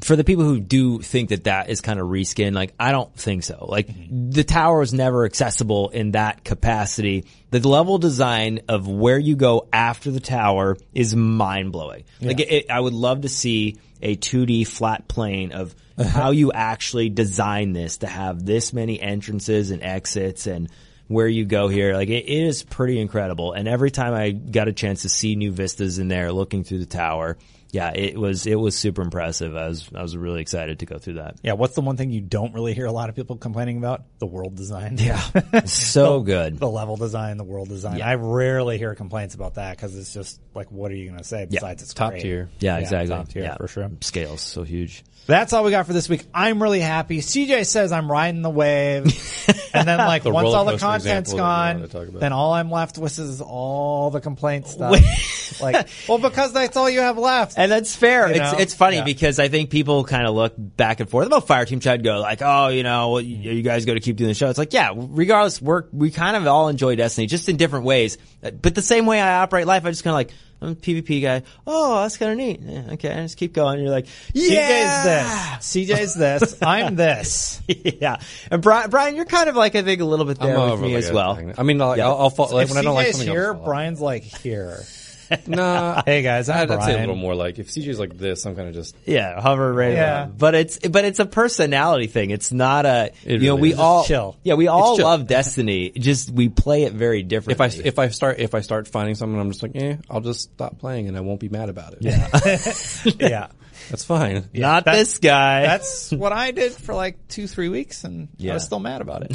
Speaker 2: for the people who do think that that is kind of reskin, like I don't think so. Like the tower was never accessible in that capacity. The level design of where you go after the tower is mind blowing. Like it, I would love to see a 2D flat plane of how you actually design this to have this many entrances and exits and where you go here. Like it, it is pretty incredible. And every time I got a chance to see new vistas in there, looking through the tower, yeah, it was it was super impressive. I was I was really excited to go through [laughs] that.
Speaker 1: Yeah, what's the one thing you don't really hear a lot of people complaining about? The world design.
Speaker 2: So
Speaker 1: [laughs]
Speaker 2: good.
Speaker 1: the level design, the world design. I rarely hear complaints about that because it's just like, what are you going to say besides it's
Speaker 3: Top
Speaker 1: great.
Speaker 3: tier.
Speaker 2: Yeah, exactly.
Speaker 1: top tier
Speaker 2: yeah,
Speaker 1: for sure.
Speaker 2: Scales so huge.
Speaker 1: That's all we got for this week. I'm really happy. CJ says I'm riding the
Speaker 3: [laughs]
Speaker 1: wave, and then like once
Speaker 3: roller
Speaker 1: all the
Speaker 3: coaster
Speaker 1: content's
Speaker 3: example that we wanted
Speaker 1: gone,
Speaker 3: to talk about.
Speaker 1: then all I'm left with is all the
Speaker 3: [laughs]
Speaker 1: complaint stuff. like, well, because that's all you have left.
Speaker 2: And that's fair.
Speaker 1: You
Speaker 2: it's
Speaker 1: know?
Speaker 2: it's funny
Speaker 1: Yeah.
Speaker 2: because I think people kind of look back and forth about Fireteam Chad go like, oh, you know, well, you, you guys got to keep doing the show. It's like, yeah, regardless, we're, we kind of all enjoy Destiny just in different ways. Uh, But the same way I operate life, I just kind of like, I'm a PvP guy. Oh, that's kind of neat. Yeah, okay, I just keep going. You're like, yeah,
Speaker 1: CJ's this. CJ's this. I'm this.
Speaker 2: [laughs] yeah. And Brian, Brian, you're kind of like I think a little bit there with
Speaker 3: over
Speaker 2: me
Speaker 3: like
Speaker 2: as
Speaker 3: a
Speaker 2: well.
Speaker 3: thing. I mean, I'll, I'll, I'll fall, [laughs] like,
Speaker 1: if
Speaker 3: when I don't like
Speaker 1: CJ's
Speaker 3: something
Speaker 1: here,
Speaker 3: I'll fall.
Speaker 1: Brian's like here.
Speaker 3: [laughs] Nah,
Speaker 1: Hey guys, I'm
Speaker 3: I'd, I'd say a
Speaker 1: Brian.
Speaker 3: little more like if CJ's like this, I'm kind of just
Speaker 2: Yeah, hover right
Speaker 1: Yeah.
Speaker 2: around. But it's but it's a personality thing. It's not a
Speaker 3: It
Speaker 2: you know
Speaker 3: really
Speaker 2: we
Speaker 3: is.
Speaker 2: all
Speaker 1: It's chill.
Speaker 2: Yeah, we all
Speaker 3: It's chill. [laughs]
Speaker 2: love Destiny. Just we play it very
Speaker 3: if I
Speaker 2: differently.
Speaker 3: if I start if I start finding something, I'm just like, eh, I'll just stop playing and I won't be mad about it. Yeah,
Speaker 1: Yeah.
Speaker 3: [laughs] that's fine.
Speaker 2: not this guy.
Speaker 3: [laughs]
Speaker 1: That's what I did for like two, three weeks, and I
Speaker 2: Yeah.
Speaker 1: was still mad about
Speaker 3: [laughs]
Speaker 1: it.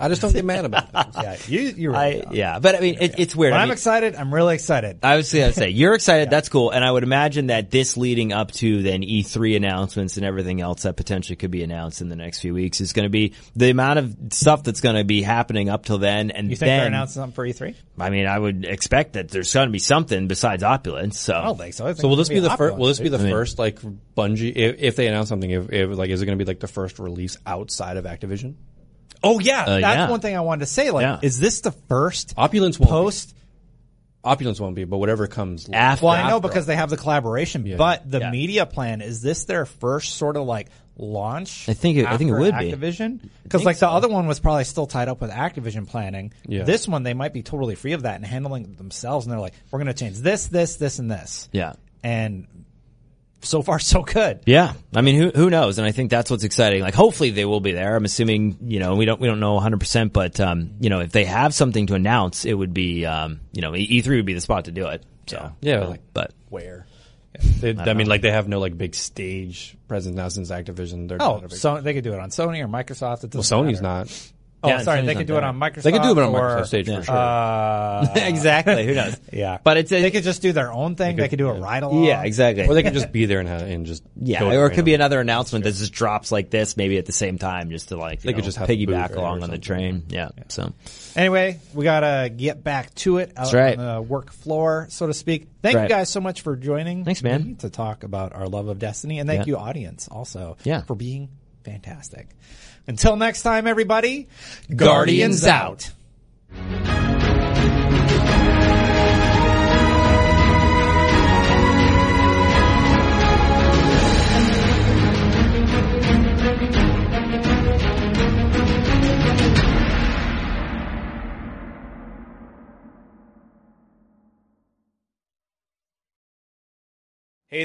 Speaker 3: I just don't get mad [laughs] about things.
Speaker 1: yeah, you, you're
Speaker 2: [laughs] I
Speaker 1: right.
Speaker 2: yeah. But I mean, it, it's weird.
Speaker 1: when
Speaker 2: I
Speaker 1: I'm
Speaker 2: mean,
Speaker 1: excited, I'm really excited.
Speaker 2: I was gonna say you're
Speaker 1: [laughs]
Speaker 2: excited. That's cool, and I would imagine that this leading up to then E3 announcements and everything else that potentially could be announced in the next few weeks is going to be the amount of stuff that's going to be happening up till then. And
Speaker 1: you think
Speaker 2: then
Speaker 1: they're announcing something for E E3?
Speaker 2: I mean, I would expect that there's going to be something besides opulence. So
Speaker 1: I don't think so. I think
Speaker 3: So will
Speaker 1: it's
Speaker 3: this
Speaker 1: gonna
Speaker 3: be the
Speaker 1: an
Speaker 3: first? Will
Speaker 1: Oculus,
Speaker 3: this be the
Speaker 1: dude.
Speaker 3: first like Bungie? If, if they announce something, if, if like, is it going to be like the first release outside of Activision?
Speaker 1: Oh yeah, that's
Speaker 2: Uh, yeah.
Speaker 1: one thing I wanted to say. Like,
Speaker 2: Yeah. Oh,
Speaker 1: is this the first
Speaker 3: Opulence won't.
Speaker 1: post?
Speaker 3: Be. Opulence won't be, but whatever comes. later.
Speaker 2: after
Speaker 1: Well, I know because they have the collaboration, but the
Speaker 2: Yeah.
Speaker 1: media plan is this their first sort of like launch?
Speaker 2: I think it- I think it
Speaker 1: after
Speaker 2: would be.
Speaker 1: Activision because like the other one was probably still tied up with Activision planning.
Speaker 3: Yeah.
Speaker 1: This one they might be totally free of that and handling it themselves, and they're like, we're going to change this, this, this, and this.
Speaker 2: yeah.
Speaker 1: and so far [laughs] so good.
Speaker 2: Yeah, I mean, who who knows? And I think that's what's exciting. Like, hopefully they will be there. I'm assuming, you know, we don't we don't know 100, percent but um, you know, if they have something to announce, it would be, um, you know, E- E3 would be the spot to do it. So
Speaker 3: Yeah, like-
Speaker 2: but
Speaker 3: where? They, I, mean, like they have no like big stage presence now since Activision. They're not
Speaker 1: Oh,
Speaker 3: a big-
Speaker 1: so they could do it on Sony or Microsoft. It
Speaker 3: Well,
Speaker 1: doesn't
Speaker 3: Sony's
Speaker 1: matter.
Speaker 3: not.
Speaker 1: Oh,
Speaker 2: Yeah,
Speaker 1: sorry,
Speaker 2: Sony's
Speaker 1: they
Speaker 2: not
Speaker 1: could do
Speaker 2: there.
Speaker 1: it on Microsoft.
Speaker 3: They could do it on
Speaker 1: or,
Speaker 3: Microsoft Stage for sure.
Speaker 1: Uh,
Speaker 2: [laughs] exactly. Who knows?
Speaker 1: [laughs] yeah,
Speaker 2: But it's a,
Speaker 1: they could just do their own thing. They could, do a ride along.
Speaker 2: yeah, exactly.
Speaker 3: or they can just be there and, ha- and just
Speaker 2: yeah,
Speaker 3: go
Speaker 2: or it
Speaker 3: right
Speaker 2: could be
Speaker 3: on.
Speaker 2: another announcement that just drops like this, maybe at the same time, just to like you
Speaker 3: They could
Speaker 2: know,
Speaker 3: just have a
Speaker 2: piggyback
Speaker 3: booth or
Speaker 2: along on the
Speaker 3: something.
Speaker 2: train. Yeah, so
Speaker 1: Anyway, we gotta get back to it out
Speaker 2: right.
Speaker 1: on the work floor, so to speak. Thank
Speaker 2: right.
Speaker 1: you guys so much for joining.
Speaker 2: Thanks, man.
Speaker 1: me To talk about our love of Destiny, and thank
Speaker 2: Yeah.
Speaker 1: you, audience, also
Speaker 2: Yeah.
Speaker 1: for being fantastic. Until next time, everybody.
Speaker 2: Guardians out.
Speaker 5: Hey